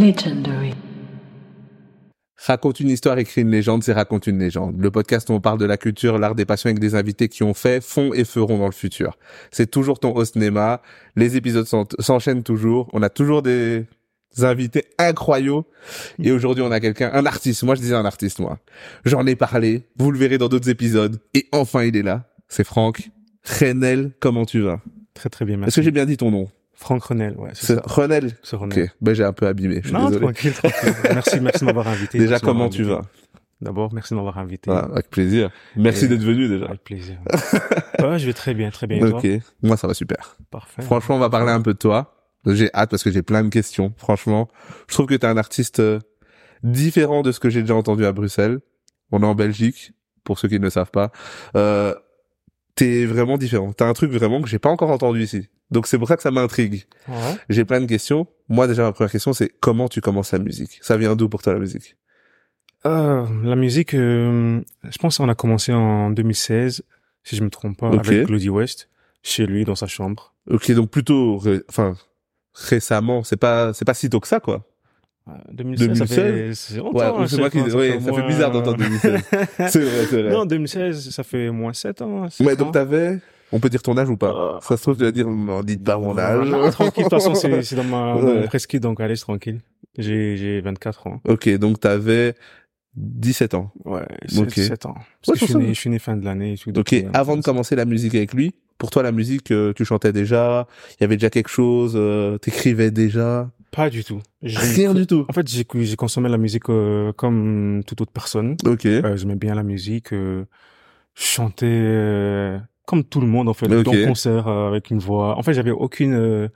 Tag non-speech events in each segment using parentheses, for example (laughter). Legendary. Raconte une histoire, écrit une légende, c'est raconte une légende. Le podcast où on parle de la culture, l'art des passions avec des invités qui ont fait, font et feront dans le futur. C'est toujours ton host Nema. Les épisodes s'en- s'enchaînent toujours. On a toujours des invités incroyables. Et aujourd'hui, on a quelqu'un, un artiste. Moi, je disais un artiste, moi. J'en ai parlé. Vous le verrez dans d'autres épisodes. Et enfin, il est là. C'est Franck. Renel, comment tu vas? Très très bien, Est-ce merci. que j'ai bien dit ton nom? Franck Renel, ouais, c'est C'est ça. Renel. C'est Ok. Renel. Ben, j'ai un peu abîmé. Je suis Non, désolé. (laughs) tranquille, tranquille. merci, merci de m'avoir invité. Déjà, merci de m'avoir comment tu invité. vas? D'abord, merci de m'avoir invité. Ah, avec plaisir. Merci Et- d'être venu déjà. (laughs) Avec plaisir. ouais, je vais très bien, très bien. Et Ok, moi ça va super. toi Parfait. Franchement, on va parler un peu de toi. J'ai hâte parce que j'ai plein de questions. Franchement, je trouve que t'es un artiste euh, différent de ce que j'ai déjà entendu à Bruxelles. On est en Belgique, pour ceux qui ne le savent pas. Euh, t'es vraiment différent. T'as un truc vraiment que j'ai pas encore entendu ici. Donc c'est pour ça que ça m'intrigue. Ouais. J'ai plein de questions. Moi déjà ma première question c'est comment tu commences la musique Ça vient d'où pour toi la musique Euh, la musique, euh, je pense qu'on a commencé en 2016, si je me trompe pas, Ok. avec Claudie West, chez lui, dans sa chambre. Ok, donc plutôt, ré- enfin récemment, c'est pas c'est pas si tôt que ça quoi. Euh, 2016, ça 2016? fait c'est longtemps, Ouais, hein, c'est je moi sais qui. pas, ouais, au ça fait moins- euh, bizarre d'entendre (laughs) 2016. c'est vrai, c'est vrai. Non, 2016, ça fait au moins 7 ans. hein, sept Ouais, ans. donc t'avais. On peut dire ton âge ou pas Euh. Ça se trouve, tu vas dire, non, dites pas mon âge. Ah, Non, tranquille, de toute façon, c'est c'est dans ma dans mon Ouais. presqu'île, donc allez, c'est tranquille. J'ai j'ai 24 ans. (laughs) Ok, donc t'avais 17 ans. Ouais, Ok. 7 ans. Parce Ouais, que je, suis ça, né, ça. je suis né fin de l'année. et tout, donc, Ok, euh, avant de commencer la musique avec lui, pour toi, la musique, euh, tu chantais déjà, il y avait déjà quelque chose, euh, t'écrivais déjà. Pas du tout. J'ai- Rien du tout. En fait, j'ai j'ai consommé la musique euh, comme toute autre personne. Ok. Euh, J'aimais bien la musique. Euh, je chantais euh, comme tout le monde, en fait, Ok. dans le concert, euh, avec une voix. En fait, j'avais aucune... euh,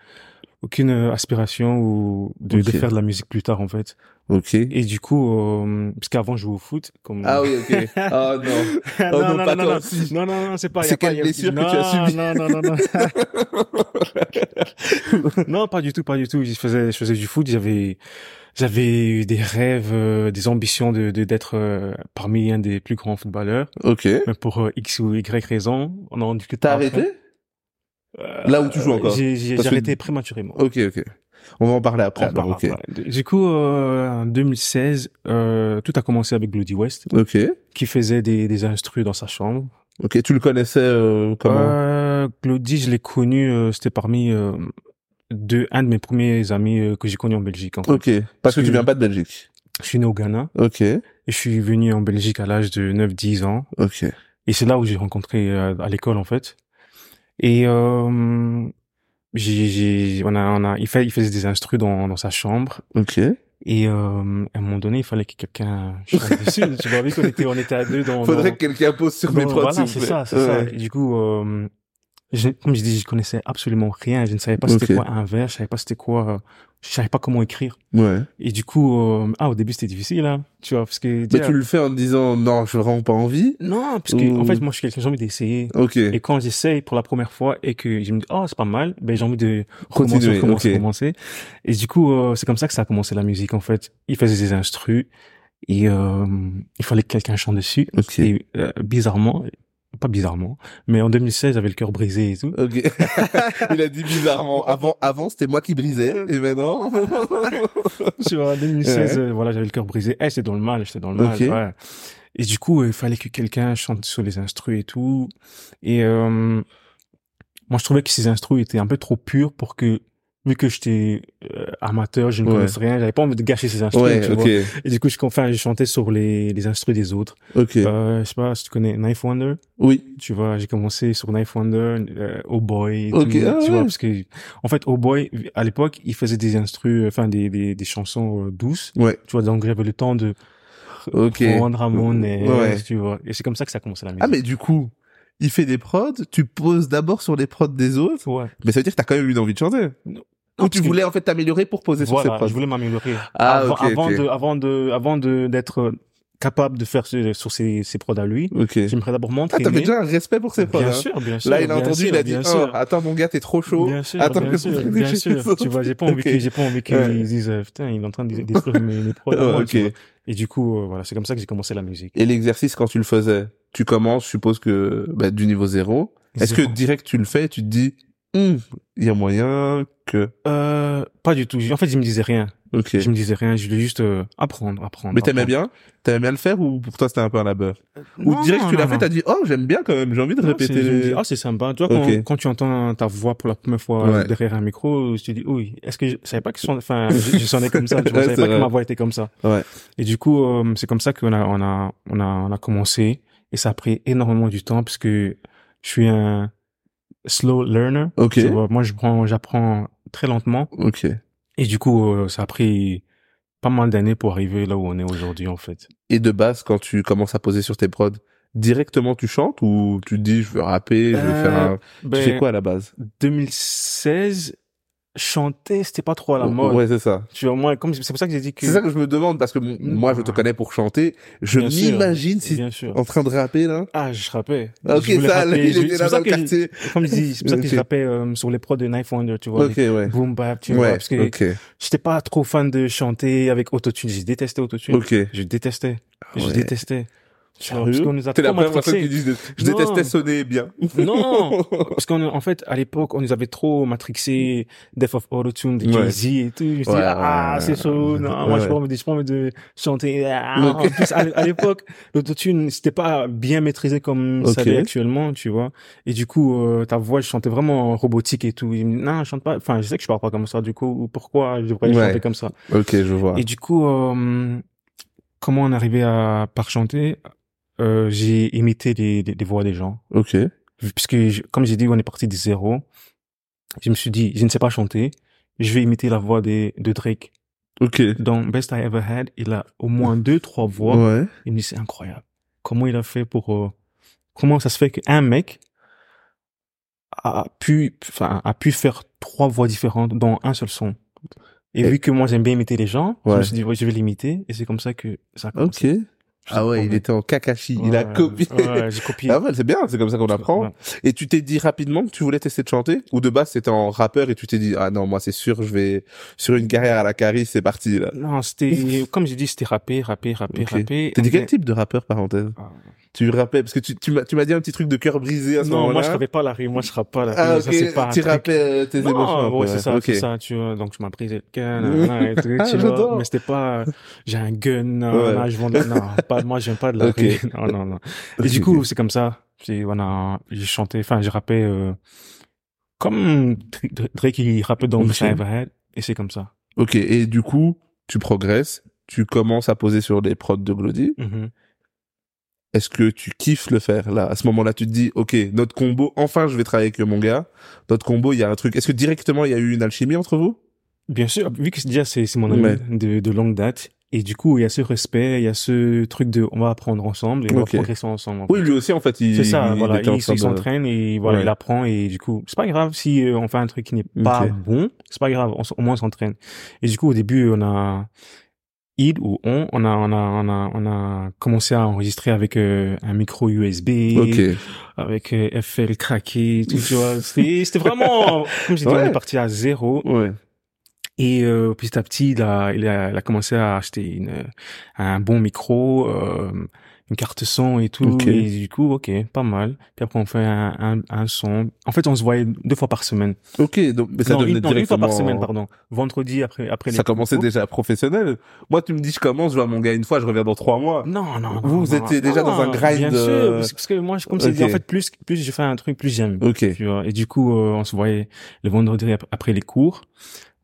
aucune euh, aspiration ou de, de Ok. faire de la musique plus tard en fait Ok. et du coup euh, parce qu'avant je jouais au foot comme Ah oui, (laughs) ok. Oh non. Ah, Oh non, non, non, pas non, toi non. aussi. Non, non, non, c'est pas. y a C'est pas- quelle y a- blessure que non, tu as subie Non, non, non, non. (laughs) non, pas du tout, pas du tout. Je faisais, je faisais du foot. J'avais, j'avais eu des rêves, euh, des ambitions de de- d'être euh, parmi un des plus grands footballeurs. Ok. Mais pour euh, x ou y raison, on en discute. T'as après. arrêté Euh, Là où tu joues encore J'ai j'ai- Parce j'ai que- arrêté prématurément. Ok, ok. On va en parler après. Ah, On alors, parle ok. après. Du coup, euh, en 2016, euh, tout a commencé avec Bloody West, Ok. qui faisait des, des instrus dans sa chambre. Ok. Tu le connaissais euh, comment euh, Claudie, je l'ai connu, euh, c'était parmi euh, deux, un de mes premiers amis euh, que j'ai connu en Belgique. En fait. Ok. Parce que tu tu- viens pas de Belgique. Je suis né au Ghana Ok. et je suis venu en Belgique à l'âge de 9-10 ans. Ok. Et c'est là où j'ai rencontré euh, à l'école en fait. Et euh, j'ai, j'ai, on a, on a, il, fait, il faisait des instrus dans, dans sa chambre. Ok. Et euh, à un moment donné, il fallait que (laughs) quelqu'un chante dessus. Tu vois, vu qu'on était, on était à deux dans. Faudrait dans- que quelqu'un pose sur mes Non, prods, voilà, s'il c'est vous plaît. ça, c'est ça. Ouais. Et du coup, euh, je- comme je dis, je connaissais absolument rien. Je ne savais pas Ok. c'était quoi un verre, je savais pas c'était quoi, euh, je savais pas comment écrire. Ouais. Et du coup, euh, ah, au début c'était difficile, hein, tu vois, parce que Mais déjà- Bah, tu le fais en te disant non, j'ai vraiment pas envie. non, parce que Ou- en fait, moi, je suis quelqu'un j'ai envie d'essayer. Ok. Et quand j'essaye pour la première fois et que je me dis, oh, c'est pas mal, ben, j'ai envie de Continuer, recommencer, recommencer, ok. recommencer. Et du coup, euh, c'est comme ça que ça a commencé la musique, en fait. Il faisait des instrus et euh, il fallait que quelqu'un chante dessus. Ok. Et euh, bizarrement, pas bizarrement, mais en 2016, j'avais le cœur brisé et tout. (laughs) Ok. (laughs) Il a dit bizarrement. Avant, avant c'était moi qui brisais et (laughs) maintenant. tu vois, en 2016, euh, voilà, j'avais le cœur brisé. Eh, c'est dans le mal, j'étais dans le mal. Ok. ouais. Et du coup, euh, il fallait que quelqu'un chante sur les instrus et tout. Et euh, moi, je trouvais que ces instrus étaient un peu trop purs pour que, vu que j'étais euh, amateur, je ne Ouais. connaissais rien, j'avais pas envie de gâcher ces instrus. ouais. tu vois. Ok. Et du coup, je, enfin, je chantais sur les, les instrus des autres. Ok. Euh, je sais pas si tu connais Knife Wonder. oui. tu vois, j'ai commencé sur Knife Wonder, euh, Oh Boy, et Ok, tout, ah tu ouais. vois, parce que en fait, Oh Boy, à l'époque, il faisait des instrus, enfin des, des des chansons euh, douces, Ouais. tu vois, donc j'avais le temps de Ok. prendre à mon aise, Ouais. tu vois, et c'est comme ça que ça a commencé la musique. Ah mais du coup, il fait des prods. Tu poses d'abord sur les prods des autres. ouais. Mais ça veut dire que t'as quand même eu envie de chanter. Ou tu Non, parce que- voulais en fait t'améliorer pour poser sur Voilà, ces prods. je voulais m'améliorer Ah, avant, ok, avant ok. de avant de avant de d'être euh, capable de faire ce- sur ses ses prods à lui. Ok. J'aimerais d'abord Ah m'entraîner. t'avais déjà un respect pour ces prods. bien hein. sûr, bien sûr. Là il a bien entendu, sûr, il a dit bien Oh, sûr. attends mon gars t'es trop chaud. Bien sûr, Attends que- (laughs) bien sûr, bien sûr. Tu vois, j'ai pas envie Ok. que, j'ai pas envie qu'ils Ouais. disent, euh, putain, il est en train de détruire mes, mes prods à Ouais, moi, ok. tu vois. Et du coup, euh, voilà, c'est comme ça que j'ai commencé la musique. Et l'exercice, quand tu le faisais, tu commences, je suppose que bah, du niveau zéro. Est-ce que Zéro. direct tu le fais, tu te dis, Hmm, hum, il y a moyen que Euh, pas du tout. En fait, je me disais rien. Ok. Je me disais rien. Je voulais juste euh, apprendre, apprendre. Mais t'aimais apprendre. bien T'aimais bien le faire ou pour toi c'était un peu un labeur Ou Non, direct que tu non, l'as non, fait, t'as dit oh j'aime bien quand même, j'ai envie de Non, répéter. c'est- je me les- dis, Ah, c'est sympa. Tu vois, quand, Ok. quand tu entends ta voix pour la première fois euh, Ouais. derrière un micro, je te dis, oui, est-ce que je je savais pas que je sonnais, (laughs) enfin, je, je sonnais comme ça, tu vois, Ouais, je savais c'est pas vrai. que ma voix était comme ça. Ouais. Et du coup, euh, c'est comme ça qu'on a, on a, on a, on a commencé. Et ça a pris énormément du temps parce que je suis un slow learner. Ok. Tu vois, Moi, je prends, j'apprends très lentement. Ok. Et du coup, euh, ça a pris pas mal d'années pour arriver là où on est aujourd'hui, en fait. Et de base, quand tu commences à poser sur tes prods, directement tu chantes ou tu te dis je veux rapper, je veux Euh, faire un. Ben, Tu fais quoi à la base 2016, chanter, c'était pas trop à la Ouais, mode. Ouais, c'est ça. Tu vois, moi, comme, c'est pour ça que j'ai dit que. Mm. C'est ça que je me demande parce que m- moi je te connais pour chanter. Je Bien sûr. m'imagine si Bien sûr. en train de rapper là. Ah, je rappais. Ah, Ok, Je voulais ça, rapper. il Je- était c'est là pour dans ça le que je- quartier. Comme je dis, c'est pour ça que Ok. je rappais euh, sur les prods de Knife Wonder, tu vois. Ok, ouais. les Boom bap, tu vois. Ouais, Parce que ok, j'étais pas trop fan de chanter avec autotune. Je détestais autotune. ok. Je détestais. Je Ouais. détestais. Tu vois, Parce Sérieux qu'on nous a T'es la trop première personne qui matrixés. dit je Non. détestais sonner (laughs) bien. (laughs) Non Parce qu'en en fait, à l'époque, on nous avait trop matrixé Death of Autotune, de Ouais. Jay-Z et tout. Je me suis dit, Ouais, ah, ouais, c'est chaud. Non, ouais. moi, je suis pas envie de- j'ai pas envie de chanter. Ah, En plus, à l'é- à l'époque, l'autotune, c'était pas bien maîtrisé comme ça Ok. l'est actuellement, tu vois. Et du coup, euh, ta voix, je chantais vraiment robotique et tout. Et, non, je chante pas. Enfin, je sais que je parle pas comme ça, du coup, ou pourquoi je devrais Ouais. chanter comme ça. Ok, je vois. Et du coup, euh, comment on arrivait à par chanter Euh, J'ai imité les- les- les voix des gens Ok. puisque je- comme j'ai dit, on est parti de zéro. Je me suis dit, je ne sais pas chanter, je vais imiter la voix de, de Drake. Ok. Dans Best I Ever Had, il a au moins deux, trois voix. Ouais. Il me dit, c'est incroyable. Comment il a fait pour, euh, comment ça se fait qu'un mec a pu, enfin, a pu faire trois voix différentes dans un seul son. Et, Et- vu que moi j'aime bien imiter les gens, je Ouais. me suis dit, ouais, je vais l'imiter. Et c'est comme ça que ça a commencé. Ok. Je sais Ah ouais, pas, il mais- était en Kakashi, il Ouais, a copié. ouais, j'ai copié. (laughs) Ah ouais, c'est bien, c'est comme ça qu'on apprend. Ouais. Et tu t'es dit rapidement que tu voulais tester de chanter Ou de base, c'était en rappeur et tu t'es dit, ah non, moi c'est sûr, je vais sur une carrière à la carie, c'est parti là. Euh, Non, c'était, comme j'ai dit, c'était rappé, rappé, rappé, Ok. rappé. T'es dit Mais- quel type de rappeur, parenthèse Ah. Tu rappais, parce que tu, tu m'as tu m'as dit un petit truc de cœur brisé à ce Non, moment-là. moi, je rappais pas la rime, moi, je rappe pas la rime. Ah ok, ça, c'est pas un tu truc. rappais euh, tes émotions. un peu, Non, ouais, c'est ça, Ok. c'est ça, tu vois. Donc, je m'as pris quelqu'un, nanana, et tout, (laughs) Ah, tu j'adore. vois. Mais c'était pas, euh, j'ai un gun, nanana, Ouais. je vends de- non, pas, moi, j'aime pas de la Ok. rime. (laughs) Non, non, non. Et du coup, c'est comme ça. J'ai, voilà, j'ai chanté, enfin, j'ai rappé, euh, comme Dr- Dr- Drake, il rappait dans Ok. Mr. Everhead, et c'est comme ça. Ok, et du coup, tu progresses, tu commences à poser sur les prods de Glody. Mhm. Est-ce que tu kiffes le faire là À ce moment-là, tu te dis, ok, notre combo, enfin, je vais travailler avec mon gars. Notre combo, il y a un truc. Est-ce que directement, il y a eu une alchimie entre vous Bien sûr, vu que c'est- déjà c'est c'est mon ami Ouais. de, de longue date, et du coup il y a ce respect, il y a ce truc de on va apprendre ensemble et on Ok. va progresser ensemble. en Oui, fait. lui aussi, en fait, il, c'est ça, il voilà, était il, en il train de- s'entraîne et voilà, Ouais. il apprend et du coup c'est pas grave si euh, on fait un truc qui n'est pas Ok. bon, c'est pas grave, on s- au moins on s'entraîne. Et du coup au début on a il ou on, on a on a on a on a commencé à enregistrer avec euh, un micro USB, Ok. avec euh, FL craqué, tout, tu vois. C'était c'était vraiment, comme j'ai dit, on Ouais. est parti à zéro. Ouais. Et euh, petit à petit, il a, il, a, il a commencé à acheter une, un bon micro, euh, une carte son et tout. Ok. Et du coup, ok, pas mal. Puis après, on fait un, un, un son. En fait, on se voyait deux fois par semaine. Ok, donc, mais ça non, devenait une, non, une fois directement- par semaine, pardon. Vendredi après après les Ça commençait cours. déjà professionnel. Moi, tu me dis, je commence, je vois mon gars une fois, je reviens dans trois mois. Non, non. non, Vous, vous non, non, Ah, étiez déjà dans un grind, Bien sûr, euh, parce, parce que moi, je- comme c'est dit, ok. en fait, plus plus je fais un truc, plus j'aime. Ok. Tu vois. Et du coup, euh, on se voyait le vendredi ap- après les cours.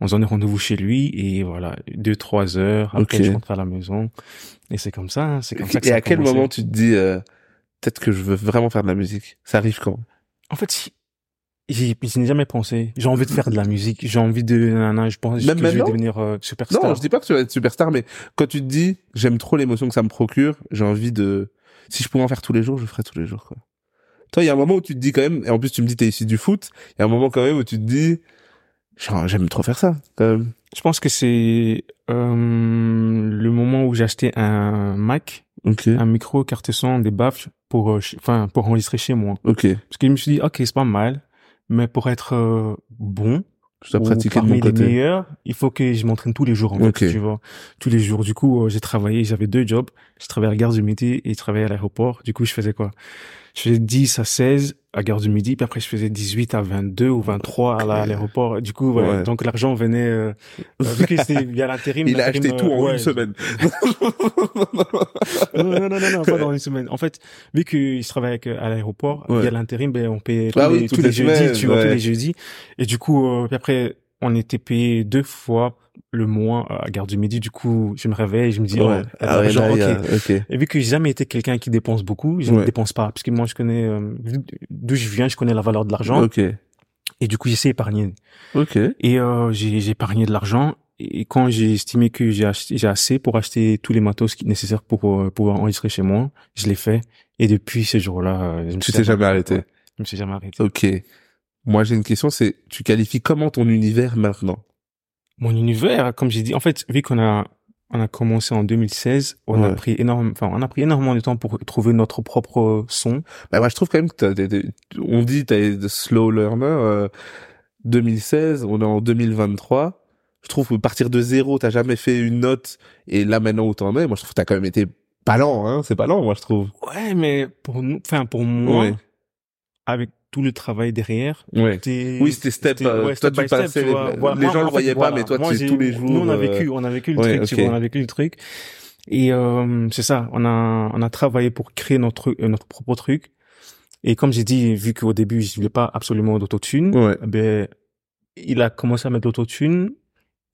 On se donnait rendez-vous chez lui et voilà, deux, trois heures. Après, Ok. je rentre à la maison. Et c'est comme ça, hein, c'est comme ça que Et ça a à quel commencé. moment tu te dis, euh, peut-être que je veux vraiment faire de la musique Ça arrive quand En fait, si- j'y j'y n'ai jamais pensé. J'ai envie de faire de la musique. J'ai envie de, nanana, je pense Même que je vais maintenant devenir euh, superstar. Non, je dis pas que tu vas être superstar, mais quand tu te dis, j'aime trop l'émotion que ça me procure, j'ai envie de, si je pouvais en faire tous les jours, je le ferais tous les jours, quoi. Toi, il y a un moment où tu te dis quand même, et en plus tu me dis t'es ici du foot, il y a un moment quand même où tu te dis, genre, j'aime trop faire ça, quand même. Je pense que c'est euh, le moment où j'ai acheté un Mac, Ok. un micro, carte son, des baffles pour, euh, chez- enfin, pour enregistrer chez moi. Ok. Parce que je me suis dit, ok, c'est pas mal, mais pour être euh, bon, Je dois ou pratiquer de parmi mon les côté. meilleurs, il faut que je m'entraîne tous les jours, en fait, Ok. tu vois. Tous les jours. Du coup, euh, j'ai travaillé, j'avais deux jobs. Je travaillais à la gare du Midi et je travaillais à l'aéroport. Du coup, je faisais quoi? Je faisais 10 à 16 à Gare du Midi, puis après je faisais 18 à 22 ou 23 à la- à l'aéroport. Du coup, ouais, Ouais. donc l'argent venait... Euh, euh, vu que (laughs) c'était via l'intérim... Il a l'intérim, acheté euh, tout en ouais. une (laughs) semaine. Non, non, non, non, non, pas dans une semaine. En fait, vu qu'il travaillait avec, euh, à l'aéroport, Ouais. via l'intérim, ben, on payait tous, Ah les, oui, tous toutes les les jeudis, semaines, tu vois, tous ouais. les jeudis. Et du coup, euh, puis après, on était payé deux fois le mois à Gare du Midi. Du coup, je me réveille et je me dis, oh, t'as de l'argent, là, Ah il y ok. a- ok. Et vu que j'ai jamais été quelqu'un qui dépense beaucoup, je Ouais. ne dépense pas. Parce que moi, je connais, euh, vu d'où je viens, je connais la valeur de l'argent. Ok. Et du coup, j'essaie d'épargner. Ok. Et euh, j'ai j'ai épargné de l'argent. Et quand j'ai estimé que j'ai acheté- j'ai assez pour acheter tous les matos qui- nécessaires pour euh, pouvoir enregistrer chez moi, je l'ai fait. Et depuis ces jours-là, euh, je me Tu suis t'es jamais arrêté. Ouais, je me suis jamais arrêté. Ok. Moi, j'ai une question, c'est, tu qualifies comment ton univers maintenant? Mon univers, comme j'ai dit, en fait, vu qu'on a on a commencé en 2016, on a Ouais. pris énorme, enfin, on a pris énormément de temps pour trouver notre propre son. Bah, moi, je trouve quand même que t'as des, des- on dit t'as des slow learner, euh, 2016, on est en 2023. Je trouve que partir de zéro, t'as jamais fait une note, et là, maintenant où t'en es, moi, je trouve que t'as quand même été pas lent, hein, c'est pas lent, moi, je trouve. Ouais, mais pour nous, enfin, pour moi, Ouais. avec tout le travail derrière, Ouais. c'était- Oui, c'était step, c'était- euh, ouais, toi, step tu by step, passais tu les- vois. les Voilà, moi, gens le en fait, voyais pas, voilà. mais toi, Moi, tu- j'ai- tous les jours, Nous, on a euh, vécu, on a vécu le ouais, truc, tu ok. vois, on a vécu le truc. Et euh, c'est ça, on a, on a travaillé pour créer notre, euh, notre propre truc. Et comme j'ai dit, vu qu'au début, je voulais pas absolument d'autotune, Ouais. ben, il a commencé à mettre l'autotune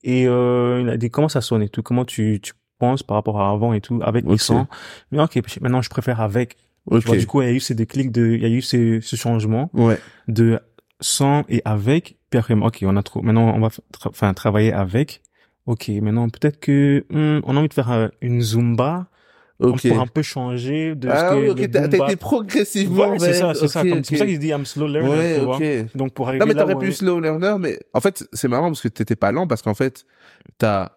et euh, il a dit comment ça sonne et tout, comment tu, tu penses par rapport à avant et tout, avec Ok. et sans. Mais ok, maintenant, je préfère avec. Ok. Tu vois, du coup, il y a eu ces déclics de, il y a eu ces, ce changement Ouais. de sans et avec. Puis après, ok, on a trop. Maintenant, on va fa- tra- enfin travailler avec. Ok, maintenant peut-être que hmm, on a envie de faire euh, une zumba. Ok. On pourra un peu changer de Ah ce que oui, le ok, t'as t'as Zumba- été progressivement. bah. Ouais, c'est ça, c'est vers- ça. ok, Comme- C'est pour ça ok. que je dis I'm slow learner. Ouais, tu vois. ok. Donc pour arriver Non, mais là, t'aurais où pu on est- slow learner, mais en fait, c'est marrant parce que t'étais pas lent, parce qu'en fait, t'as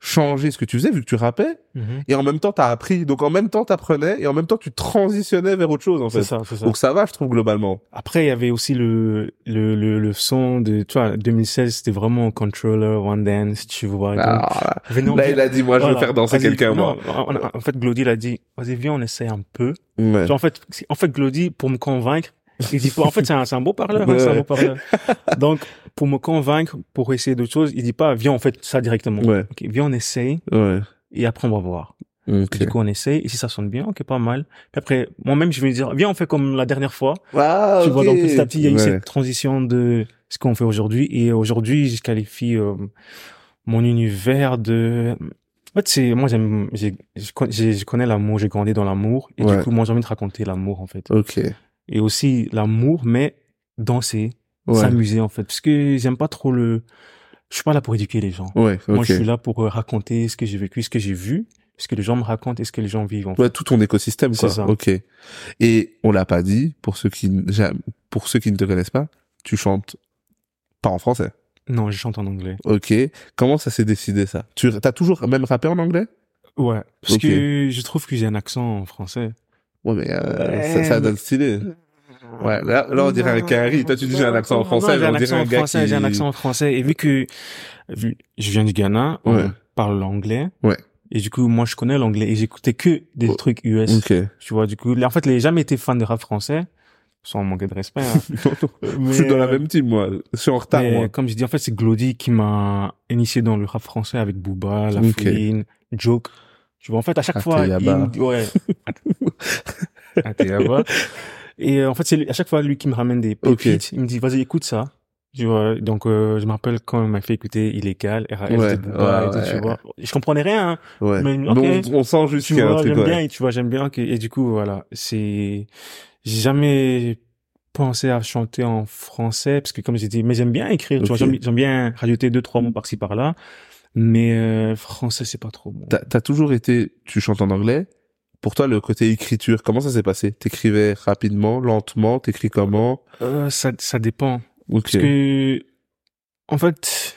changé ce que tu faisais vu que tu rappais, Mhm. et en même temps, t'as appris. Donc en même temps, t'apprenais, et en même temps, tu transitionnais vers autre chose, en C'est fait. ça, c'est ça. Donc ça va, je trouve, globalement. Après, il y avait aussi le le le, le son de tu vois 2016, c'était vraiment controller, one dance, tu vois. Donc, Ah, venez, on là, vient- il a dit, moi, je voilà. veux faire danser Vas-y, quelqu'un, moi. non, on a- En fait, Glody l'a dit, vas-y, viens, on essaye un peu. Ouais. Tu vois, en fait, c'est- en fait, Glody, pour me convaincre, il dit pas, en fait, c'est un, c'est un beau parleur, hein, c'est un beau parleur. Donc, pour me convaincre, pour essayer d'autres choses, il dit pas, viens, on fait ça directement. Ouais. Ok, viens, on essaye, Ouais. et après, on va voir. Ok. Du coup, on essaye, et si ça sonne bien, ok, pas mal. Puis après, moi-même, je vais lui dire, viens, on fait comme la dernière fois. Ah, Tu vois, ok. donc, petit à petit, il y a eu Ouais. cette transition de ce qu'on fait aujourd'hui, et aujourd'hui, je qualifie, euh, mon univers de, en fait, c'est, moi, j'aime, j'ai- je con- j'ai- je connais l'amour, j'ai grandi dans l'amour, et Ouais. du coup, moi, j'ai envie de raconter l'amour, en fait Ok. et aussi l'amour, mais danser, Ouais. s'amuser en fait. Parce que j'aime pas trop le... Je suis pas là pour éduquer les gens. Ouais. Moi, Ok. je suis là pour euh, raconter ce que j'ai vécu, ce que j'ai vu, ce que les gens me racontent et ce que les gens vivent. En fait. Ouais, tout ton écosystème, quoi. C'est ça. Ok. Et on l'a pas dit pour ceux qui n- j'a- pour ceux qui ne te connaissent pas, tu chantes pas en français. Non, je chante en anglais. Ok. Comment ça s'est décidé ça Tu as toujours même rappé en anglais Ouais. Parce Ok. que je trouve que j'ai un accent en français. Ouais, mais euh, Ouais, ça, ça mais- donne stylé. Ouais. Là, là, on dirait un carry. Toi, tu dis j'ai un accent en français, Non, j'ai mais un on dirait accent un en gars français, qui. j'ai un accent en français. Et vu que vu- je viens du Ghana, Ouais. on parle l'anglais. Ouais. Et du coup, moi, je connais l'anglais et j'écoutais que des Oh. trucs US. Ok. (laughs) Tu vois, du coup, là, en fait, j'ai jamais été fan de rap français, sans manquer de respect. (laughs) hein. je suis Mais, dans la euh, même team, moi. Je suis en retard, mais moi. comme je dis, en fait, c'est Glody qui m'a initié dans le rap français avec Booba, La Ok. Fouine, Joke. Tu vois, en fait, à chaque fois, il Ateyaba. me (laughs) dit- ouais. Ateyaba. Et euh, en fait, c'est lui- à chaque fois lui qui me ramène des Ok. pépites. Il me dit, vas-y, écoute ça. Tu vois, donc euh, je me rappelle quand il m'a fait écouter Illégal, RAF Ouais, de Booba ouais, et tout, tu ouais. vois. Je comprenais rien, hein. Ouais. mais- Mais ok. on, on sent juste Tu qu'il y a un vois, truc. j'aime ouais. bien, et tu vois, j'aime bien. ok. Et du coup, voilà, c'est... J'ai jamais pensé à chanter en français, parce que comme j'ai dit, mais j'aime bien écrire, tu vois, Ok. j'aime, j'aime bien rajouter deux, trois mots par-ci, par-là, mais euh, français, c'est pas trop bon. T'as t'as toujours été, tu chantes en anglais. Pour toi, le côté écriture, comment ça s'est passé T'écrivais rapidement, lentement, t'écris comment Euh, ça, ça dépend, Ok. parce que, en fait,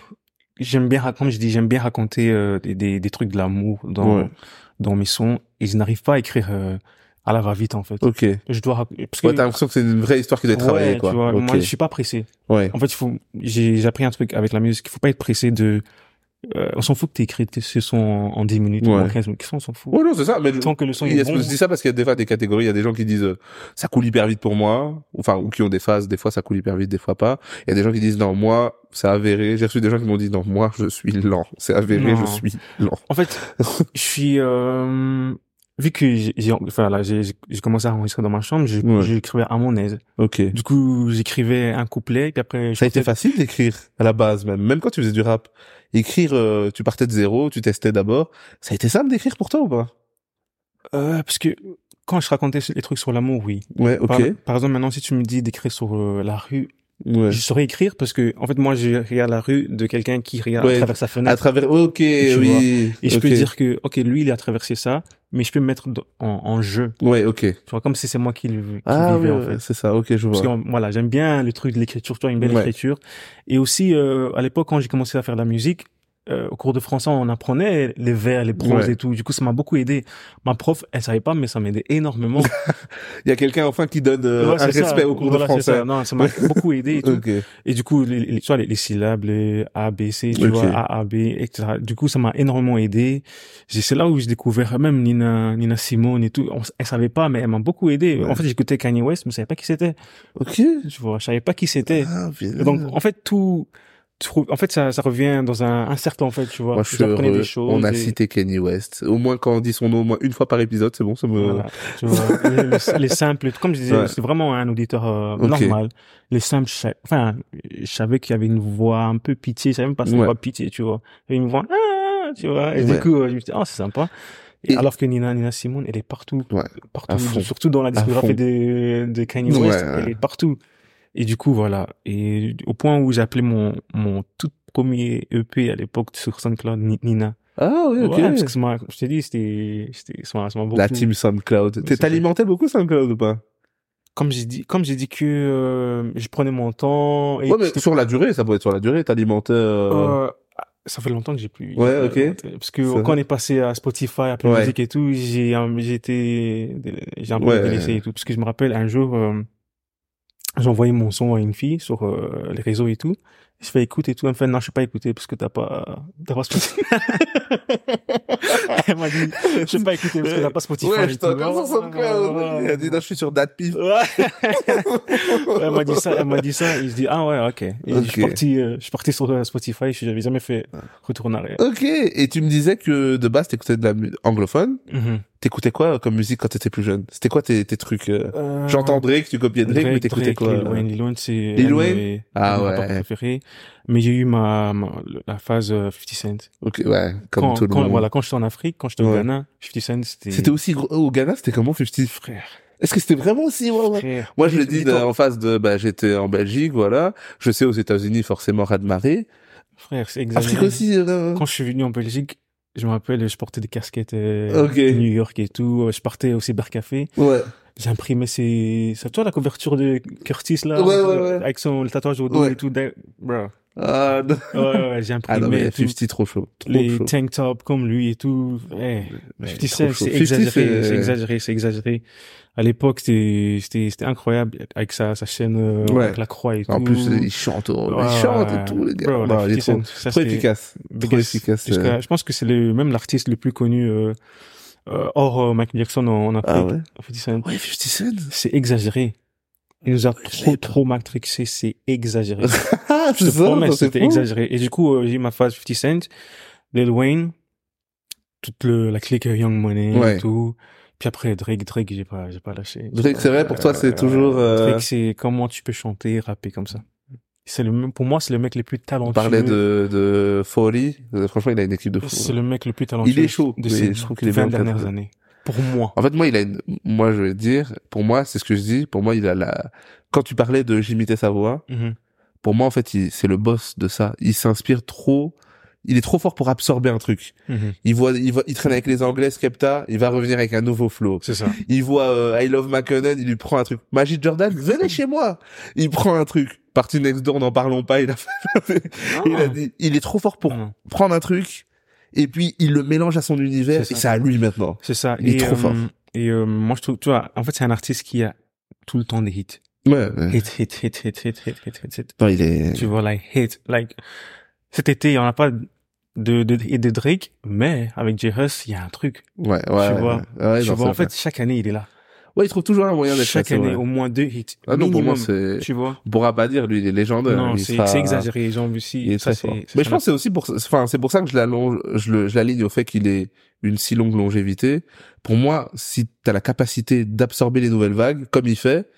j'aime bien, rac- comme je dis, j'aime bien raconter euh, des, des, des trucs de l'amour dans, Ouais. dans mes sons, et je n'arrive pas à écrire euh, à la va-vite, en fait. Ok. Ouais, Je dois... rac- Parce que, t'as l'impression que c'est une vraie histoire qui doit être travaillée, Ouais, quoi. tu vois, Ok. moi, je suis pas pressé. Ouais. En fait, il faut, j'ai, j'ai appris un truc avec la musique. Il faut pas être pressé de euh, on s'en fout que t'aies écrit tes- ce son en, en 10 minutes ou Ouais. en 15 minutes. Qu'est-ce qu'on s'en fout? Ouais, non, c'est ça. Mais le- Tant que le son il y est a- bon. je dis ça parce qu'il y a des fois des catégories, il y a des gens qui disent euh, ça coule hyper vite pour moi, enfin ou qui ont des phases, des fois ça coule hyper vite, des fois pas. Il y a des gens qui disent non moi c'est avéré. J'ai reçu des gens qui m'ont dit non moi je suis lent, c'est avéré Non. je suis lent. En fait, je suis, euh, vu que j'ai, j'ai- enfin, là, j'ai, j'ai commencé à enregistrer dans ma chambre, j'ai- Ouais. j'écrivais à mon aise. Ok. Du coup, j'écrivais un couplet, puis après, je Ça a été partais- facile d'écrire à la base même, même quand tu faisais du rap. Écrire, euh, tu partais de zéro, tu testais d'abord. Ça a été simple d'écrire pour toi ou pas Euh, parce que quand je racontais les trucs sur l'amour, oui. Ouais, ok. Par, par exemple, maintenant, si tu me dis d'écrire sur euh, la rue, Ouais. je saurais écrire parce que, en fait, moi, je regarde la rue de quelqu'un qui regarde Ouais. à travers sa À fenêtre. travers. Ok, oui. et je ok. peux dire que, ok, lui, il a traversé ça, mais je peux me mettre dans- en, en jeu. Ouais, ok. Tu vois, comme si c'est moi qui le qui Ah oui, vivais, en ouais, fait. c'est ça. Ok, je vois. Parce que voilà, j'aime bien le truc de l'écriture, tu vois, une belle Ouais. écriture. Et aussi, euh, à l'époque, quand j'ai commencé à faire de la musique, euh, au cours de français, on apprenait les vers, les proses Ouais. et tout. Du coup, ça m'a beaucoup aidé. Ma prof, elle savait pas, mais ça m'aidait (laughs) énormément. Il y a quelqu'un enfin qui donne euh, Ouais, un c'est ça. respect au cours Voilà, de c'est français. ça. Non, ça m'a (laughs) beaucoup aidé et tout. Ok. Et du coup, les, les, tu vois, les, les syllabes, les A, B, C, tu Ok. vois, A, A, B, etc. Du coup, ça m'a énormément aidé. J'ai- C'est là où j'ai découvert même Nina, Nina Simone et tout. On, s- elle savait pas, mais elle m'a beaucoup aidé. Ouais. En fait, j'écoutais Kanye West, mais je savais pas qui c'était. Ok. Tu vois, je savais pas qui c'était. Ah, bien. Et Donc, en fait, tout, tu trouves- en fait, ça, ça revient dans un, un cercle, en fait, tu vois. Moi, je Vous suis apprenez heureux. des choses. On a et- cité Kenny West. Au moins, quand on dit son nom, au moins une fois par épisode, c'est bon, ça me... Voilà, tu vois, les, les- les simples, comme je disais, Euh, Ouais. c'est vraiment un auditeur euh, Ok. normal. Les simples, je savais- enfin, je savais qu'il y avait une voix un peu pitié, je savais même pas c'était Ouais. quoi pitié, tu vois. Il y avait une voix, ah, tu vois. Et Ouais. du coup, euh, je me disais, ah, c'est sympa. Et Et- alors que Nina, Nina Simone, elle est partout. Ouais, à Partout. fond. Surtout dans la fond. discographie de, de Kanye Ouais, West, ouais. elle est partout. Et du coup, voilà. Et au point où j'ai appelé mon, mon tout premier EP à l'époque sur SoundCloud, Ni- Nina. Ah oui, ok. Ouais, parce que ça m'a, je t'ai dit, c'était, c'était, ça m'a ça m'a beaucoup. La team SoundCloud. T'es C'est ça. alimenté beaucoup SoundCloud ou pas comme j'ai dit, comme j'ai dit que euh, je prenais mon temps et Ouais, que mais j'étais- sur la durée, ça peut être sur la durée. T'alimentais... Euh... euh, ça fait longtemps que j'ai plus. Ouais, euh, ok. Parce que Ça va. quand on est passé à Spotify, Apple Ouais. Music et tout, j'ai euh, j'ai été j'ai un peu Ouais. délaissé et tout parce que je me rappelle un jour euh, j'ai envoyé mon son à une fille sur euh, les réseaux et tout. Je fais écoute et tout, elle me fait non, je suis pas écouté parce que t'as pas t'as (laughs) pas Spotify. elle m'a dit je suis pas écouté parce que t'as pas Spotify. et ouais, je tout. t'entends sur hein, SoundCloud. Il a dit, non, je suis sur DatPiff. Ouais. Ouais, elle m'a dit ça, elle m'a dit ça, et je dis, ah ouais, ok. Et je suis Ok. parti, euh, je suis parti sur euh, Spotify, je n'avais jamais fait retour en arrière. (laughs) Ok, et tu me disais que de base, t'écoutais de la mu- anglophone. Mhm. T'écoutais quoi comme musique quand t'étais plus jeune C'était quoi tes, tes trucs euh... Euh, J'entends Drake, tu copiais Drake, mais Drake, t'écoutais Drake, quoi Lil euh Wayne, Lil Wayne, c'est Lil un de Wayne mes- Ah de mes rappeurs ouais. préférés. Mais j'ai eu ma, ma- la phase euh, 50 Cent. Ok, ouais, comme quand, tout le quand- monde. Voilà, quand j'étais en Afrique, quand j'étais au Ouais. Ghana, 50 Cent, c'était... C'était aussi gros au Ghana, c'était comment 50 frère. Est-ce que c'était vraiment aussi ouais, ouais. frère. Moi, je le Dis- dis dis-toi, en face de bah j'étais en Belgique, voilà. Je sais aux États-Unis forcément raz de marée. Frère, c'est Afrique exactement. aussi. euh, Quand je suis venu en Belgique, je me rappelle, je portais des casquettes euh, Ok. New York et tout. Je partais au cybercafé. Ouais. J'ai imprimé ces... C'est toi la couverture de Curtis là Ouais, euh, ouais, ouais. Avec son le tatouage au dos Ouais. et tout. da- (laughs) Bro. Ah non, Ouais, ouais, ouais, j'ai ah, non imprimé mais tout. 50 trop chaud. Trop les chaud. tank tops comme lui et tout. Eh, Mais 50 trop Cent, chaud. 50, c'est exagéré, c'est- c'est exagéré, c'est exagéré. À l'époque, c'était c'était c'était incroyable avec sa, sa chaîne euh, Ouais. avec la croix et tout. En plus, il chante, oh, il Ouais, chante ouais. et tout, les gars. Bah, Bro, Non, la il est 50 trop, Cent, ça, trop c'était efficace. Trop biggest efficace. jusqu'à- euh. Je pense que c'est le même l'artiste le plus connu euh, euh, hors euh, Michael Jackson en, en Ah Afrique. ouais. 50 Cent. Ouais, 50 (laughs) Cent. C'est exagéré. Il nous a je trop, l'ai pas. trop matrixé, c'est exagéré. (laughs) Ah, Je c'est te ça, promets, ça, c'est c'était fou. exagéré. Et du coup, euh, j'ai eu ma phase 50 Cent, Lil Wayne, toute le, la clique Young Money Ouais. et tout. Puis après, Drake, Drake, j'ai pas, j'ai pas lâché. Drake, c'est vrai, pour toi, c'est Euh, toujours, euh, Drake, c'est comment tu peux chanter, rapper comme ça. C'est le même, pour moi, c'est le mec le plus talentueux. On parlait de, de Foley. Euh, Franchement, il a une équipe de fou. C'est le mec le plus talentueux. Il est chaud, de mais ces je trouve qu'il est 20 bien dernières talentueux. années. Pour moi. En fait, moi, il a une, moi, je vais dire, pour moi, c'est ce que je dis, pour moi, il a la, quand tu parlais de j'imitais sa voix, Mhm. (laughs) pour moi, en fait, il- c'est le boss de ça. Il s'inspire trop, il est trop fort pour absorber un truc. Mhm. Il voit, il voit, il traîne avec les Anglais, Skepta, il va revenir avec un nouveau flow. C'est ça. Il voit euh, I Love McConnell, il lui prend un truc. Magic Jordan, venez chez moi. Il prend un truc. Party Next Door, n'en parlons pas. Il a, (laughs) il a dit, il est trop fort pour Non. prendre un truc et puis il le mélange à son univers C'est et ça. c'est à lui maintenant. C'est ça. Il est Et, trop euh, fort. Et euh, moi, je trouve, tu vois, en fait, c'est un artiste qui a tout le temps des hits. Ouais. ouais. Hit, hit, hit, hit, hit, hit, hit, hit, hit. Non, il est. Tu vois, like, hit, like, cet été, il y en a pas de, de et de Drake, mais avec J. Huss, il y a un truc. Ouais, ouais. ouais, vois. ouais, ouais, non, tu vois, c'est en vrai. fait, chaque année, il est là. Ouais, il trouve toujours un moyen d'être Chaque assez, année, ouais. au moins deux hits. Ah non, pour moi, minimum, c'est... Tu vois. On pourra pas dire, lui, il est légendaire. non, Il c'est sera- c'est exagéré. Genre, aussi, Il est ça, très c'est- fort. c'est Mais je ça, pense que c'est aussi pour, enfin, c'est pour ça que je l'allonge, je le, je l'aligne au fait qu'il ait une si longue longévité. Pour moi, si t'as la capacité d'absorber les nouvelles vagues, comme il fait,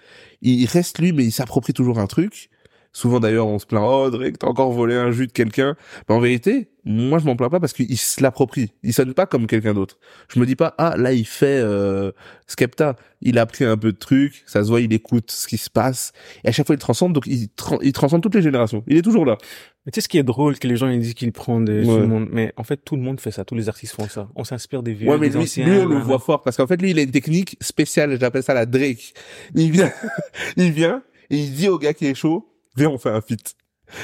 il reste lui, mais il s'approprie toujours un truc. Souvent d'ailleurs, on se plaint, oh Drake, t'as encore volé un jus de quelqu'un. Mais en vérité, moi je m'en plains pas parce qu'il se l'approprie. Il sonne pas comme quelqu'un d'autre. Je me dis pas, ah là il fait euh, Skepta. Il a appris un peu de trucs, ça se voit, il écoute ce qui se passe. Et à chaque fois il transcende, donc il, tran- il transcende toutes les générations. Il est toujours là. Mais tu sais ce qui est drôle, que les gens ils disent qu'ils prennent de tout Ouais. le monde, mais en fait tout le monde fait ça, tous les artistes font ça. On s'inspire des vieux, Ouais, mais des lui, anciens. lui, on le nanana. voit fort parce qu'en fait, lui, il a une technique spéciale. J'appelle ça la Drake. Il vient, (laughs) il vient et il dit au gars qui est chaud, viens, on fait un feat.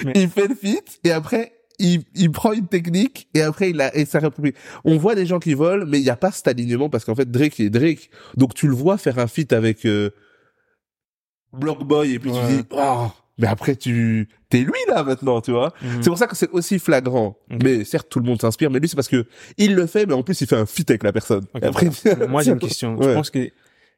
Mais- Il fait le feat et après, il, il prend une technique et après, il a, et ça république. On voit des gens qui volent, mais il n'y a pas cet alignement parce qu'en fait, Drake il est Drake. Donc, tu le vois faire un feat avec, euh, Block Boy et puis tu Ouais. dis, oh, mais après, tu, t'es lui là maintenant, tu vois. Mhm. C'est pour ça que c'est aussi flagrant. Ok. Mais certes, tout le monde s'inspire, mais lui, c'est parce que il le fait, mais en plus, il fait un fit avec la personne. Ok, Et après, Moi j'ai une question. Ouais. Je pense que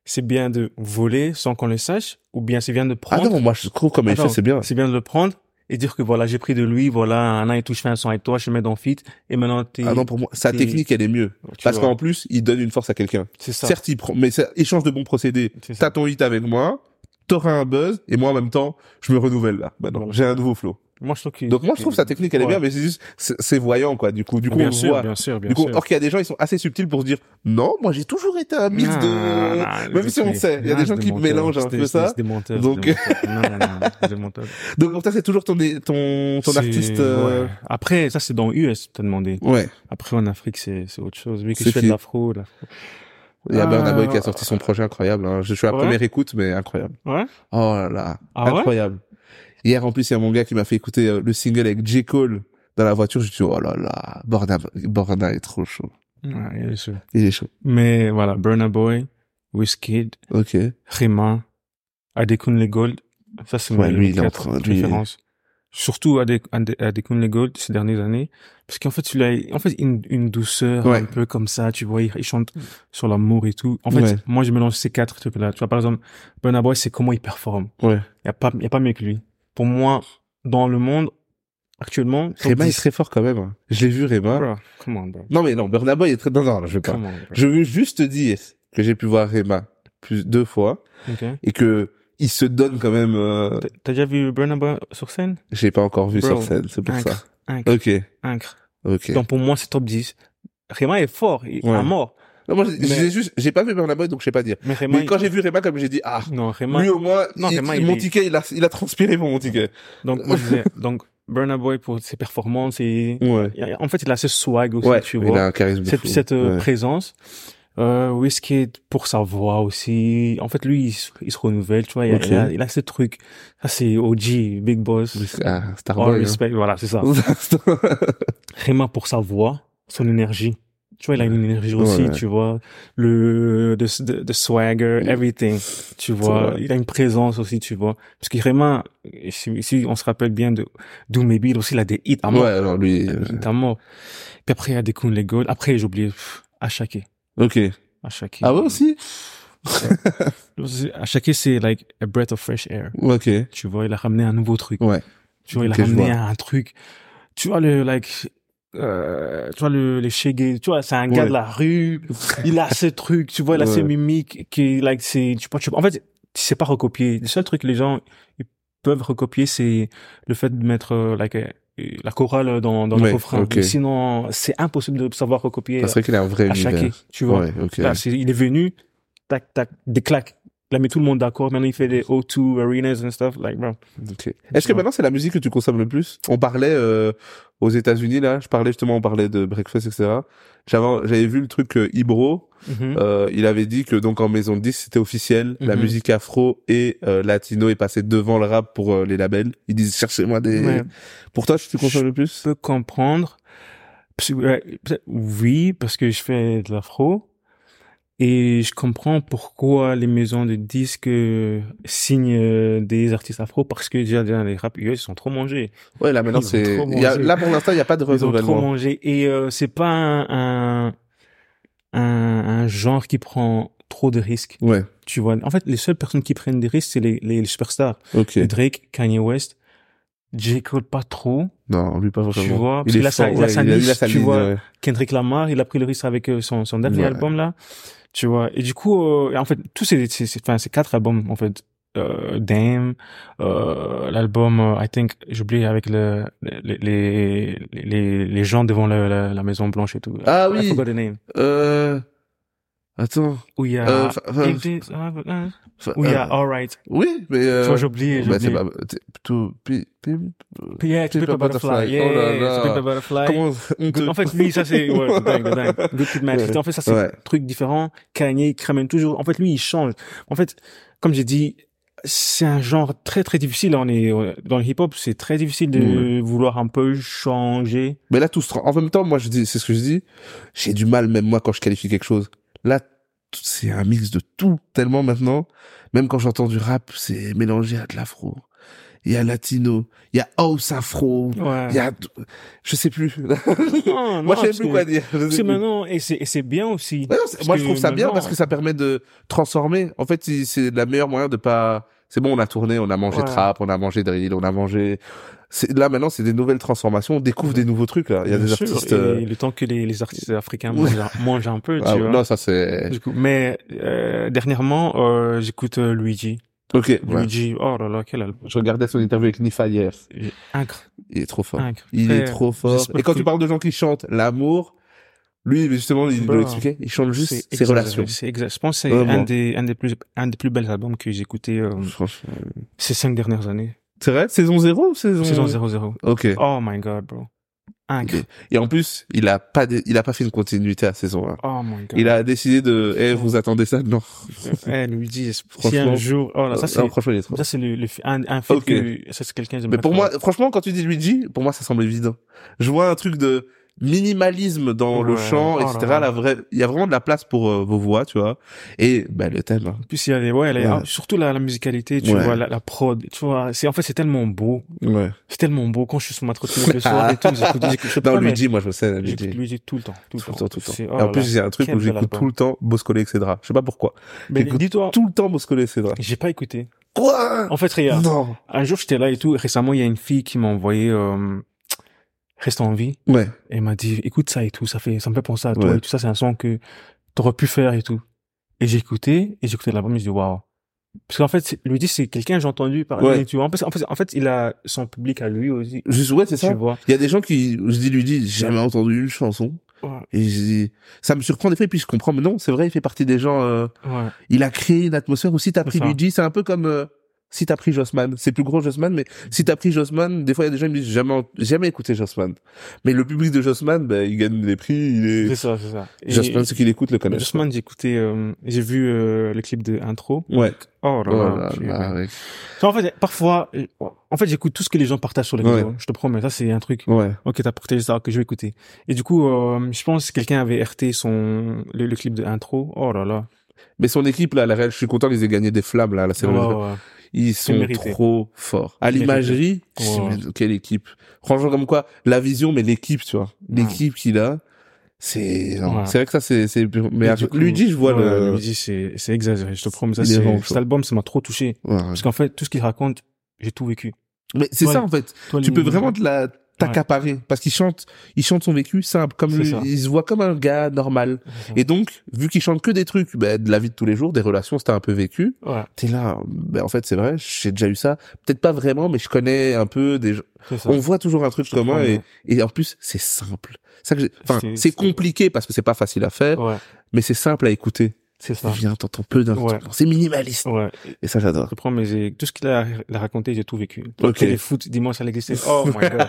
c'est bien de voler sans qu'on le sache, ou bien c'est bien de Ah prendre. non, moi, je trouve comme il fait, Attends, c'est bien. C'est bien de le prendre et dire que voilà j'ai pris de lui, voilà un an et tout, je fais un son avec toi, je te mets dans fit et maintenant t'es. Ah non, pour moi, sa c'est- technique, elle est mieux. tu Parce vois. qu'en plus, il donne une force à quelqu'un. c'est ça. Certes, il prend, mais ça échange de bons procédés. c'est ça. T'as ton hit avec moi, t'auras un buzz, et moi, en même temps, je me renouvelle là. Maintenant, Voilà. j'ai un nouveau flow. Moi je trouve que. Donc moi, je trouve sa technique, elle est Ouais. bien, mais c'est juste, c'est c'est voyant, quoi. Du coup, du coup, on bien le sûr, voit. bien sûr, bien Du coup, sûr. or qu'il y a des gens, ils sont assez subtils pour se dire, non, moi, j'ai toujours été un Ah, mix de... même si on sait, il y a des gens qui mélangent un peu ça. Donc- Donc, non, non, non, c'est des menteurs. Donc pour toi, c'est toujours ton ton (laughs) ton C'est- artiste. euh, ouais. Après, ça, c'est dans US, t'as demandé. Ouais. Après, en Afrique, c'est c'est autre chose. Vu que C'est je fais qui de l'afro, là. Il y a Ah. Burna Boy qui a sorti son projet incroyable. hein. Je suis à la Ouais. première écoute, mais incroyable. Ouais. Oh là là, Ah ouais incroyable. Hier en plus, il y a mon gars qui m'a fait écouter euh, le single avec J Cole dans la voiture. Je me suis dit, oh là là, Burna, Burna est trop chaud. Ouais, bien sûr. Il est chaud. Mais voilà, Burna Boy, Wizkid, Ok. Rima, Adekun Legold. Ça, c'est Ouais, mes lui, il est en quatre train- lui, préférences. Surtout Ade- Ade- Adekun Legold ces dernières années. Parce qu'en fait, tu l'as, en fait, une, une douceur Ouais. un peu comme ça, tu vois, il, il chante sur l'amour et tout. En fait, Ouais. moi, je mélange ces quatre trucs-là. Tu vois, par exemple, Burna Boy, c'est comment il performe. Ouais. Il n'y a, pas- y a pas mieux que lui. Pour moi, dans le monde, actuellement, top Rema est 10. très fort quand même. hein. Je l'ai vu Rema. Bro, come on, bro. Non mais non, Burna Boy est très. Non non, non, je veux pas. Come on, bro. Je veux juste dire que j'ai pu voir Rema plus deux fois Ok. et que il se donne quand même. euh, T'as- T'as déjà vu Burna Boy sur scène J'ai pas encore vu Bro. sur scène, c'est pour ça. Incre, incre, Ok. incre. Ok. Donc pour moi, c'est top 10. Rema est fort, il- Ouais. à mort. Non, moi, j'ai Mais- j'ai juste, j'ai pas vu Burna Boy, donc je sais pas dire. Mais Rema, Mais quand j'ai vu Rema, comme j'ai dit, ah, il- non, Rema. lui au moins, Non, il- Rema, il mon est- ticket, il a, il a transpiré pour mon ticket. Donc moi, je (laughs) disais, donc Burna Boy pour ses performances et Ouais. il y a- en fait, il a ce swag aussi, Ouais, tu il vois. a un charisme de cette, fou. cette euh, Ouais. présence. Euh, Wizkid pour sa voix aussi. En fait, lui, il, se- il se renouvelle, tu vois. Il, a- Ok. il a, il a ce truc. Ça, c'est OG, Big Boss. Ah, All Starboy. respect, voilà, c'est ça. (laughs) hein. Rema pour sa voix, son énergie. Tu vois, il a une énergie aussi, Ouais. Mm. tu vois. Le, the, the, the swagger, everything. Tu vois, vrai. il a une présence aussi, tu vois. Parce que Rema, si, si on se rappelle bien de Do Maybe, il aussi, il a des hits à mort. ouais, alors lui, euh, Hits à mort. Puis après, il y a des Kun les Gold. Après, j'ai oublié, pff, Ashake. ok. Ashake. Ah ouais aussi? Ashake, c'est like a breath of fresh air. (laughs) Ok. Tu vois, il a ramené un nouveau truc. Ouais. Tu vois, il a Ok, je ramené vois. un truc. Tu vois, le, like, euh, tu vois, le, les shaggy, tu vois, c'est un Ouais. gars de la rue. il a ce truc, tu vois, il a Ouais. ce mimique qui, like, c'est, tu vois, tu- en fait, tu sais pas recopier. Le seul truc que les gens, ils peuvent recopier, c'est le fait de mettre, euh, like, euh, la chorale dans, dans Ouais, le refrain. ok. Mais Sinon, c'est impossible de savoir recopier euh, Ça serait qu'il a un vrai à chaque, univers. tu vois. Bah, Ouais, ok. Là, c'est- il est venu, tac, tac, des claques. Il a mis tout le monde d'accord. Maintenant, il fait des O2 arenas and stuff. Like, bro. Ok. Est-ce que maintenant c'est la musique que tu consommes le plus On parlait euh, aux États-Unis là, je parlais justement, on parlait de breakfast, etc. J'avais, j'avais vu le truc euh, Ibro. Mhm. Euh, il avait dit que donc en maison de 10 c'était officiel, la Mhm. musique afro et euh, latino est passée devant le rap pour euh, les labels. Ils disent cherchez-moi des. Ouais. Pour toi, tu consommes le Je plus peux comprendre. Parce que, ouais, peut-être- Oui, parce que je fais de l'afro. Et je comprends pourquoi les maisons de disques euh, signent euh, des artistes afro parce que déjà, déjà, les rap US ils sont trop mangés. Ouais, là maintenant Ils ont c'est. trop il y a- mangé. Là pour l'instant, il n'y a pas de Ils ont trop renouvellement. mangé et euh, c'est pas un, un un un genre qui prend trop de risques. Ouais. Tu vois, en fait, les seules personnes qui prennent des risques, c'est les, les, les superstars. Ok. Drake, Kanye West, J. Cole pas trop. Non, lui pas vraiment. Tu vois, parce que là, ça- il a ouais, sa il a- il a niche, sa tu ligne, vois. ouais. Kendrick Lamar, il a pris le risque avec euh, son, son dernier Ouais. album là, tu vois. Et du coup, euh, en fait, tous ces, ces, ces- enfin, ces quatre albums, en fait, euh, Damn, euh, l'album, euh, I think, j'oublie avec le, les, les, les, les gens devant la, la, la Maison Blanche et tout. Ah I oui. forgot the name. Euh. Attends. Où il y a, Euh, fa- fa- If this- euh, fa- Ah. où il y a euh, Alright. Oui, mais. Tu euh, vois, j'ai oublié, j'ai bah, c'est oublié. pas. c'est plutôt. pi- pi- Yeah, it's a bit Paper of butterfly. Butterfly. Oh là Yeah, it's a là. bit of butterfly. Comment on (laughs) Good- te- En fait, lui, ça (laughs) c'est ouais, c'est dingue, c'est dingue. Good Kid, Mad City. En fait, ça c'est Ouais. un truc différent. Kanye, il cramène toujours. En fait, lui, il change. En fait, comme j'ai dit, c'est un genre très très difficile. On est on- dans le hip-hop, c'est très difficile de vouloir un peu changer. Mais là, tout se. tra- En même temps, moi, je dis, c'est ce que je dis. J'ai du mal, même moi, quand je qualifie quelque chose. Là, t- c'est un mix de tout, tellement maintenant. Même quand j'entends du rap, c'est mélangé à de l'afro. Il y a latino. Il y a house afro. Ouais. Il y a. Je sais plus. Non, (laughs) moi, non, je parce sais plus que- quoi dire. Je sais Parce que plus. maintenant, et c'est et c'est bien aussi. Ouais, non, c'est- Parce moi, je que trouve ça bien maintenant- euh, parce que ça permet de transformer. En fait, c'est- c'est la meilleure moyen de pas. C'est bon, on a tourné, on a mangé Ouais. trap, on a mangé drill, on a mangé. C'est- Là maintenant, c'est des nouvelles transformations. On découvre des nouveaux trucs. Là, il y a Bien des sûr, artistes. et euh, le temps que les, les artistes africains Ouais. mangent, un- mangent un peu, tu ah, vois. non, ça c'est. Du coup, mais euh, dernièrement, euh, j'écoute euh, Luigi. Ok. ouais. Luigi, oh là là, quel album. Je regardais son interview avec Nifa hier. Incroyable. Il est trop fort. Incroyable. Il est trop fort. j'espère Et quand que- tu parles de gens qui chantent l'amour, lui, justement, il Bah, nous l'expliquait. Il chante juste ses exagéré, relations. C'est exact. Je pense que c'est Vraiment. un des, un des plus, un des plus bels albums que j'ai écouté euh, Franchement. ces cinq dernières années. C'est vrai? Saison 0 ou saison? Saison 00. Ok. Oh my god, bro. Incroyable. Et en plus, il a pas, dé- il a pas fait une continuité à saison 1. Oh my god. Il a décidé de, eh, vous attendez ça? Non. Eh, Luigi, si Franchement. un jour, oh là, ça c'est, Non, franchement, il est trop ça c'est le, le fi- un, un film Ok. que, ça c'est quelqu'un que j'aimerais Mais pour moi, franchement, quand tu dis Luigi, pour moi, ça semble évident. Je vois un truc de minimalisme dans le Ouais. chant, Oh là etc. là. La vraie, il y a vraiment de la place pour euh, vos voix, tu vois. Et bah, le thème. hein. Puis il y a les, ouais, les- Ouais. ah, surtout la, la musicalité, tu Ouais. vois, la, la prod, tu vois, c'est, en fait, c'est tellement beau. C'est tellement beau quand je suis sur ma trottinette le soir et tout, j'écoute, j'écoute, (laughs) je sais Dans pas, mais Luigi, moi, je me sais j'écoute Luigi. Luigi tout le temps, tout le Tout le temps, temps. tout le temps. C'est- Et oh en là plus, là. j'ai un truc quel où bel j'écoute album. tout le temps Boscolé, etc. Je sais pas pourquoi. Mais j'écoute dis-toi, Tout le temps Boscolé, etc. j'ai pas écouté. Quoi? En fait, regarde. Non. Un jour, j'étais là et tout. Récemment, il y a une fille qui m'a envoyé euh, Reste en vie. Ouais. Et elle m'a dit, écoute ça et tout. Ça fait, ça me fait penser à toi Ouais. et tout ça. C'est un son que t'aurais pu faire et tout. Et j'ai écouté, et j'ai écouté l'album, et j'ai dit, waouh. Parce qu'en fait, c'est- lui dit, c'est quelqu'un que j'ai entendu parler, Ouais. tu vois. En fait, en fait, en fait, il a son public à lui aussi. Juste, ouais, c'est Tu ça. vois. Il y a des gens qui, je dis Luigi, j'ai jamais entendu une chanson. Ouais. Et je dis- ça me surprend des fois, et puis je comprends, mais non, c'est vrai, il fait partie des gens, euh, Ouais. il a créé une atmosphère où si t'as C'est pris ça. Luigi, c'est un peu comme euh, si t'as pris Jossman. C'est plus gros Jossman, mais si t'as pris Jossman, des fois il y a des gens qui me disent jamais, ent- jamais écouté Jossman. Mais le public de Jossman, ben, il gagne des prix, il est... C'est ça, c'est ça. Et- Jossman, ceux qui l'écoutent le connaissent. Justement, j'ai écouté, euh, j'ai vu euh, le clip de intro. Ouais. Oh là Oh là, là tu- là, ouais. En fait, parfois, euh, en fait, j'écoute tout ce que les gens partagent sur les Ouais. réseaux. Je te promets, ça c'est un truc. Ouais. Ok, t'as partagé ça, que je vais écouter. Et du coup, euh, je pense que quelqu'un avait RT son le, le clip de intro. Oh là là. Mais son équipe, là, à la réelle, je suis content qu'ils aient gagné des flammes, là, à la cérémonie. Ah, Ouais, ouais, ouais. Ils sont mérité. trop forts. À Mérité. l'imagerie, Ouais. mais quelle équipe. Franchement, comme quoi, la vision, mais l'équipe, tu vois. L'équipe qu'il a, c'est, non, Ouais. c'est vrai que ça, c'est, c'est, mais Et à- du coup, Luigi, je vois ouais, le, Luigi, c'est c'est exagéré. Je te promets, ça, Il est c'est- vraiment chaud. cet album, ça m'a trop touché Ouais, ouais. parce qu'en fait, tout ce qu'il raconte, j'ai tout vécu. Mais c'est Ouais. ça, en fait. Toi, Tu les- peux vraiment te la, t'accaparer. Parce qu'il chante, il chante son vécu simple, comme C'est lui- ça. il se voit comme un gars normal. Et donc, vu qu'il chante que des trucs, ben, de la vie de tous les jours, des relations, c'était un peu vécu. Ouais, T'es là, ben en fait c'est vrai, j'ai déjà eu ça. Peut-être pas vraiment, mais je connais un peu des gens. c'est ça. On voit toujours un truc Je te commun et, promets. et en plus c'est simple. Ça que j'ai- enfin C'est- c'est c'est- compliqué parce que c'est pas facile à faire, Ouais, mais c'est simple à écouter. c'est ça. Viens, t'entends peu d'un Ouais. truc. C'est minimaliste Ouais, et ça j'adore. je te promets, j'ai- tout ce qu'il a, il a raconté, j'ai tout vécu. Ok. Téléfoot dimanche à l'église. c'est- Oh (laughs) my god.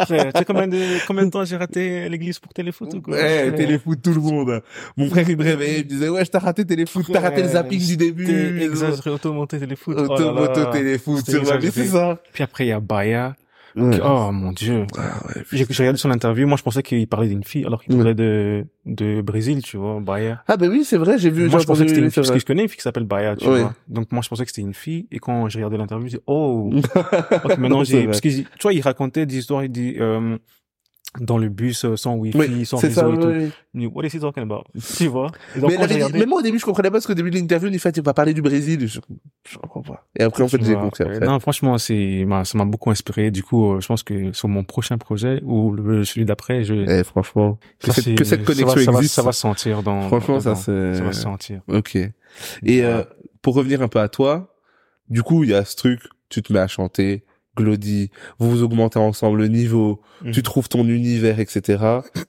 Frère, tu sais combien de, combien de temps j'ai raté l'église pour téléfoot ou quoi? Ouais, Frère. téléfoot tout le monde. Mon frère il me réveillait, il me disait ouais je t'ai raté téléfoot, t'as raté le Ouais, zapping du début. T'es exagéré, Oh automonté téléfoot. Automoto téléphone. téléfoot, C'était sur ma vie, exagéré. c'est ça. Puis après, il y a Baya. Ouais. Oh mon dieu. Ah, ouais, putain. J'ai j'ai regardé son interview, moi je pensais qu'il parlait d'une fille alors qu'il Ouais. parlait de, de Brésil, tu vois, Bahia. Ah, ben oui, c'est vrai, j'ai vu. Moi j'ai je pensais que c'était une entendu- fille, parce que je connais une fille qui s'appelle Bahia, tu Ouais. vois. Donc moi je pensais que c'était une fille et quand j'ai regardé l'interview, j'ai dit (laughs) oh. Ok, maintenant Non, c'est j'ai vrai. parce que j'ai- tu vois il racontait des histoires il dit euh, dans le bus euh, sans wifi, Oui, sans c'est réseau ça, et tout. oui. Mais What is he talking about? Tu vois? Et donc, Mais, elle quand j'ai avait dit- regardé- mais moi, au début, je comprenais pas parce qu'au début de l'interview, il fait, tu vas parler du Brésil. Je, je comprends pas. Et après, en fait, Tu j'ai vois, compris. euh, Après. Non, franchement, c'est, m'a- ça m'a beaucoup inspiré. Du coup, euh, je pense que sur mon prochain projet ou le, celui d'après, je, Eh, franchement, que, ça, cette- c'est- que cette ça va- connexion ça va- existe. Ça va se sentir dans. franchement, ça, dans- c'est... Ça va se sentir. Ok. Et euh, pour revenir un peu à toi, du coup, il y a ce truc, tu te mets à chanter, Glody, vous vous augmentez ensemble le niveau, Mhm. tu trouves ton univers, (clears throat) etc.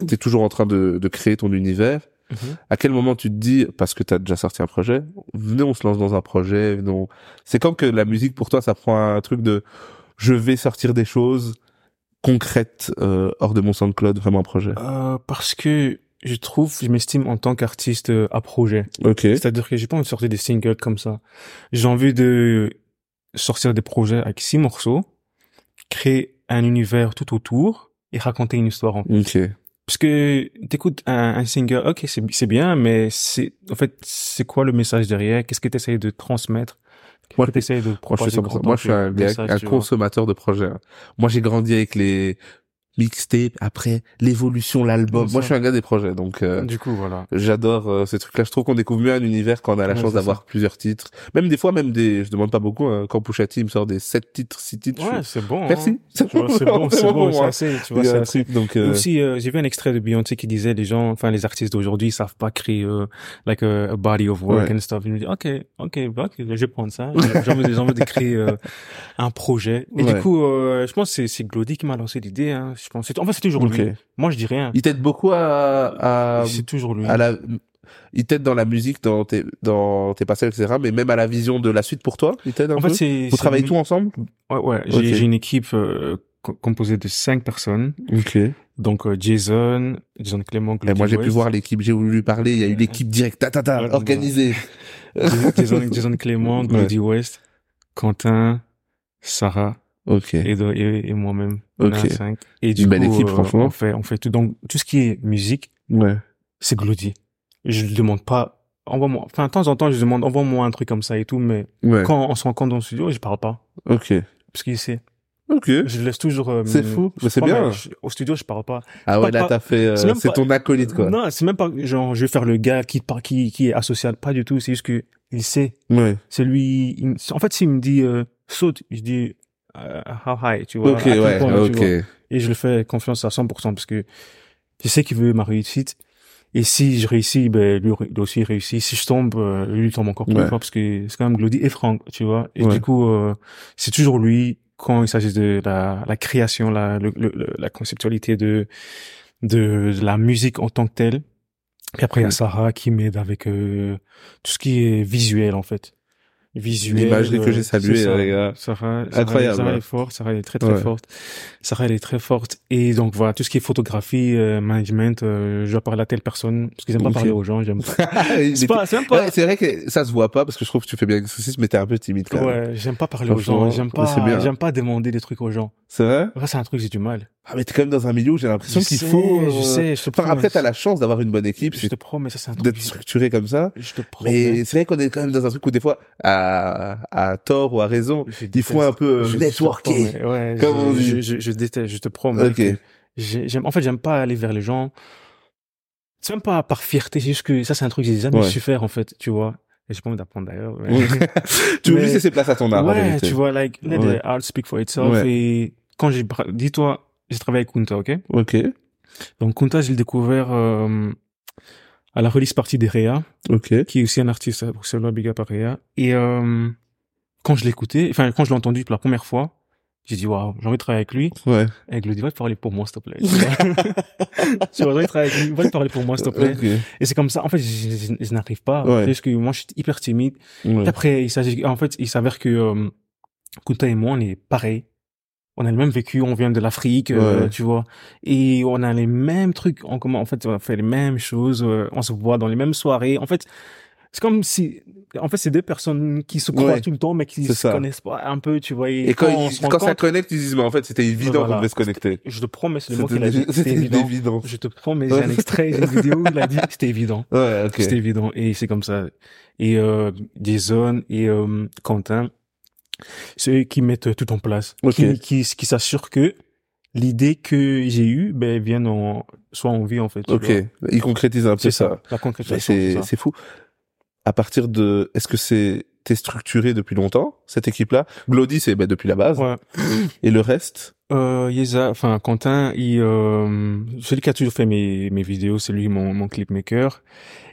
tu es toujours en train de, de créer ton univers. Mhm. À quel moment tu te dis, parce que tu as déjà sorti un projet, venez, on se lance dans un projet. venez, on- C'est comme que la musique, pour toi, ça prend un truc de, je vais sortir des choses concrètes euh, hors de mon SoundCloud, vraiment un projet. Euh, parce que je trouve, je m'estime en tant qu'artiste euh, à projet. Ok. C'est-à-dire que j'ai pas envie de sortir des singles comme ça. J'ai envie de sortir des projets avec six morceaux, créer un univers tout autour et raconter une histoire. en- Ok. Parce que t'écoutes un, un single, ok, c'est c'est bien, mais c'est en fait c'est quoi le message derrière Qu'est-ce que t'essayes de transmettre Qu'est-ce Moi, que t'essayes de Moi, je suis, propager comme ça. pour Moi, ton je suis un, gars- message, un tu vois. consommateur de projets. hein. Moi, j'ai grandi avec les mixtapes, après l'évolution, l'album. C'est Moi, je suis ça. Mm. un gars des projets, donc euh, Du coup, voilà. j'adore euh, ces trucs-là. Je trouve qu'on découvre mieux un univers quand on a la Ouais, chance c'est d'avoir plusieurs titres. Même des fois, même des... Je demande pas beaucoup, hein, quand Pusha T me sort des sept titres, six titres, je Ouais, suis- c'est bon. hein. Merci. Tu (laughs) vois, C'est bon, c'est bon, c'est moi. assez. Il Tu vois, y a c'est un assez. truc, donc... Et euh, aussi, euh, j'ai vu un extrait de Beyoncé qui disait les gens, enfin les artistes d'aujourd'hui, ils savent pas créer euh, like a, a body of work Ouais. and stuff. Ils me disent ok, ok, bah, ok, je vais (laughs) prendre ça. J'ai envie, j'ai envie de créer euh, un projet. Et Ouais. du coup, euh, je pense que c'est c'est Glody qui m'a lancé l'idée. Hein. Je pense, c'est- en fait, c'est toujours lui. ok. Moi, je dis rien. Il t'aide beaucoup à... à... C'est toujours lui. à la... Il t'aide dans la musique, dans tes, dans tes passages, etc. Mais même à la vision de la suite pour toi, il t'aide un En peu fait, c'est. Vous c'est- travaillez tout ensemble Ouais, ouais. J'ai Ok. j'ai une équipe euh, co- composée de cinq personnes. Ok. Donc euh, Jason, Jason Clément, Et Glody Eh, moi, j'ai pu West. voir l'équipe, j'ai voulu lui parler, il y a eu l'équipe directe, ta, ta, ta, Ouais, organisée. Jason, Jason (laughs) Clément, Glody West, Quentin, Sarah. Ok. et, de- et, et moi-même. Ok. On est à cinq. Et du Une belle coup, équipe, euh, franchement. On fait, on fait tout. Donc, tout ce qui est musique, Ouais. c'est Glody. Je lui demande pas, envoie-moi, enfin, de temps en temps, je lui demande, envoie-moi un truc comme ça et tout, mais Ouais. quand on se rencontre dans le studio, je parle pas. Ok. Parce qu'il sait. Ok. Je le laisse toujours. euh, C'est me- fou, mais je c'est prends, bien. mais je- au studio, je parle pas. Ah ouais, pas- là, pas- t'as fait, euh, c'est même c'est pas- ton acolyte, quoi. Non, c'est même pas, genre, je vais faire le gars qui, par- qui, qui est asocial. Pas du tout. C'est juste que, il sait. Ouais. C'est lui, il- en fait, s'il me dit, euh, saute, je dis, euh, how high, tu vois. Ok, à quel ouais, point, tu vois. ok. et je le fais confiance à 100% parce que je sais qu'il veut ma réussite. Et si je réussis, ben lui il aussi réussit. Si je tombe, euh, lui il tombe encore plus Ouais. fort parce que c'est quand même Glody et Franck, tu vois. Et Ouais. du coup, euh, c'est toujours lui quand il s'agit de la, la création, la, le- le- le- la conceptualité de, de de la musique en tant que telle. Et après il y a Sarah qui m'aide avec euh, tout ce qui est visuel en fait. Visuel. L'imagerie que euh, j'ai c'est saluée, ça. euh, les (laughs) gars. Sarah, Incroyable, Sarah, Sarah ouais. est forte, Sarah elle est très très Ouais. forte. Sarah elle est très forte et donc voilà tout ce qui est photographie, euh, management, euh, je dois parler à telle personne parce qu'ils aiment pas Ok. parler aux gens, j'aime pas. Il c'est était- pas, c'est même pas. Ouais, c'est vrai que ça se voit pas parce que je trouve que tu fais bien le saucisse, mais t'es un peu timide quand même. Ouais, j'aime pas parler aux gens, Franchement, j'aime c'est pas, bien. j'aime pas demander des trucs aux gens. C'est vrai? Ça c'est un truc j'ai du mal. Ah, mais t'es quand même dans un milieu où j'ai l'impression Je qu'il sais, faut. euh, je sais, je te Enfin, promets. après, t'as la chance d'avoir une bonne équipe, Je te promets, ça c'est un truc. d'être structuré comme ça. Je te promets. Mais c'est vrai qu'on est quand même dans un truc où des fois, à, à tort ou à raison, Je il faut un déteste. peu euh, Je- je te networker. promets, Ouais, comme je, on dit. Je, je, je déteste, je te promets. Ok. que j'ai- j'aime, en fait, j'aime pas aller vers les gens. C'est même pas par fierté, c'est juste que ça, c'est un truc que j'ai jamais Ouais. su faire, en fait, tu vois. Et j'ai pas envie d'apprendre d'ailleurs. mais- Oui. (laughs) tu veux Mais- juste laisser place à ton art, en ouais, vérité. tu vois, like, let Ouais. the art speak for itself. Ouais. Et quand j'ai, bra- dis-toi, j'ai travaillé avec Kunta, ok? Ok. Donc, Kunta, je l'ai découvert, euh, à la release partie des Réa Ok. qui est aussi un artiste à Bruxelles, Big Up à Réa. Et euh, quand je l'écoutais, enfin quand je l'ai entendu pour la première fois, j'ai dit waouh, j'ai envie de travailler avec lui. Ouais. Avec le va te parler pour moi, s'il te plaît. (laughs) Tu vois Tu vois, j'ai envie de travailler avec lui, va te parler pour moi, s'il te plaît. Ok. Et c'est comme ça. En fait, je, je- je n'arrive pas. Ouais. C'est juste que moi, je suis hyper timide. Et Ouais. Après, il s'agit, en fait, il s'avère que euh, Kunta et moi, on est pareil. On a le même vécu, on vient de l'Afrique, euh, Ouais. tu vois, et on a les mêmes trucs en commun. En fait, on fait les mêmes choses, euh, on se voit dans les mêmes soirées. En fait, C'est comme si, en fait, c'est deux personnes qui se croisent Ouais. tout le temps, mais qui C'est se ça. connaissent pas un peu, tu vois. Et quand, on ils- se rend quand ça compte, connecte, ils disent, mais en fait, c'était évident Voilà. qu'on devait se connecter. je te promets, c'est le mot qu'il (laughs) a dit. C'était C'était c'était évident. évident. Je te promets, Ouais. j'ai un extrait d'une vidéo où il a dit, c'était évident. Ouais, ok. C'était évident. Et c'est comme ça. Et euh, Jason et euh, Quentin, c'est eux qui mettent tout en place, Ok. qui, qui, qui s'assurent que l'idée que j'ai eue, ben, vienne en, soit en vie, en fait. tu Ok. vois. Ils concrétisent un peu C'est ça. ça. La Mais concrétisation. c'est c'est ça. c'est fou. À partir de, est-ce que c'est t'es structuré depuis longtemps cette équipe-là Glody, c'est ben, depuis la base. Ouais. Et le reste Euh, Yeza, enfin, Quentin, il, euh, celui qui a toujours fait mes, mes vidéos, c'est lui, mon, mon clipmaker.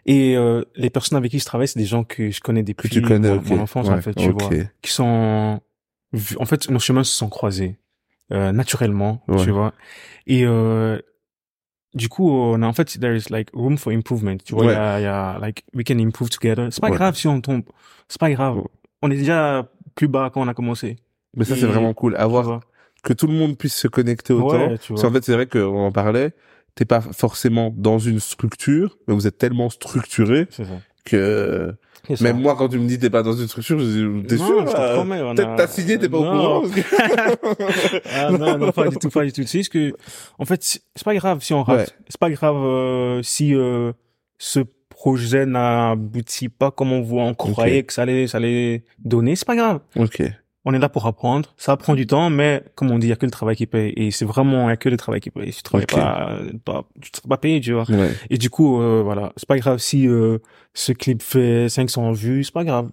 Et, euh, les personnes avec qui je travaille, c'est des gens que je connais que depuis tu connais mon, ok. mon enfance, en Ouais, fait, tu ok. vois. qui sont vu- en fait nos chemins se sont croisés euh, naturellement Ouais. tu vois et euh, du coup on a en fait there is like room for improvement tu vois il y, a, il y a like we can improve together c'est pas Ouais. grave si on tombe c'est pas grave Ouais. on est déjà plus bas quand on a commencé Mais ça Et- c'est vraiment cool. tu Avoir vois. que tout le monde puisse se connecter autant. ouais tu Parce vois qu'en fait c'est vrai qu'on en parlait. T'es pas forcément dans une structure, mais vous êtes tellement structuré c'est ça que C'est ça. même moi quand tu me dis t'es pas dans une structure, je dis t'es Non, sûr je te là promets, on Peut-être a- t'as signé, t'es pas Non. au courant. (laughs) Ah, non, non, pas du tout, pas du tout. Tu sais ce que, en fait, c'est c'est pas grave si on rate. Ouais. C'est pas grave euh, si euh, ce projet n'aboutit pas comme on voit, on croyait que ça allait, ça allait donner. C'est pas grave. ok. On est là pour apprendre. Ça prend du temps, mais comme on dit, il y a que le travail qui paye. Et c'est vraiment il y a que le travail qui paye. Si tu travailles Ok. pas, euh, pas, tu seras pas payé, tu vois. Ouais. Et du coup, euh, voilà, c'est pas grave si euh, ce clip fait 500 vues, c'est pas grave.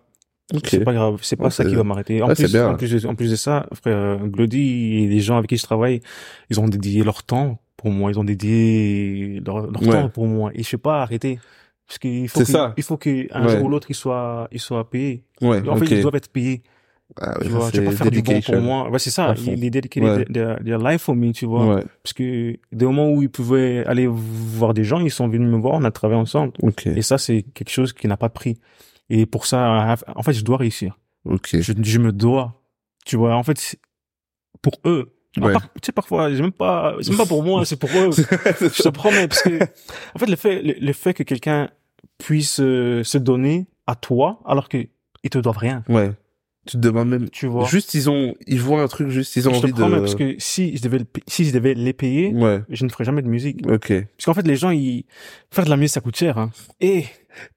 Ok. C'est pas grave, c'est pas Ouais, ça qui c'est- va m'arrêter. En, ouais, c'est plus, bien. en, plus de, en plus de ça, frère, Glody et les gens avec qui je travaille, ils ont dédié leur temps pour moi, ils ont dédié leur, leur Ouais. temps pour moi. Et je sais pas arrêter. Parce qu'il faut C'est que, ça. il faut que un Ouais. jour ou l'autre, ils soient, ils soient payés. Ouais. Et En fait, ils ok. doivent être payés. Ah Tu ouais, vois, ça, tu vas pas c'est faire du bon dedication. pour moi. Ouais, c'est ça. À fond. Ils, ils dedicated Ouais. their, their life for me, tu vois. Ouais. Parce que des moments où ils pouvaient aller voir des gens, ils sont venus me voir, on a travaillé ensemble. Ok. Et ça, c'est quelque chose qui n'a pas pris. Et pour ça, en fait, je dois réussir. (laughs) Ok. Je, je me dois. Tu vois, en fait, c'est pour eux. À Ouais. part- tu sais, parfois, j'ai même pas, c'est même pas pour moi, c'est pour (laughs) eux. je te promets, parce que, en fait, le fait, le, le fait que quelqu'un puisse euh, se donner à toi, alors que ils te doivent rien. Ouais. Tu te demandes même. Tu vois. Juste, ils ont, ils voient un truc, juste, ils ont je te envie de. promets, Mm. parce que si je devais, le pa- si je devais les payer, Ouais. je ne ferais jamais de musique. Ok. Parce qu'en fait, les gens, ils, faire de la musique, ça coûte cher, hein. Et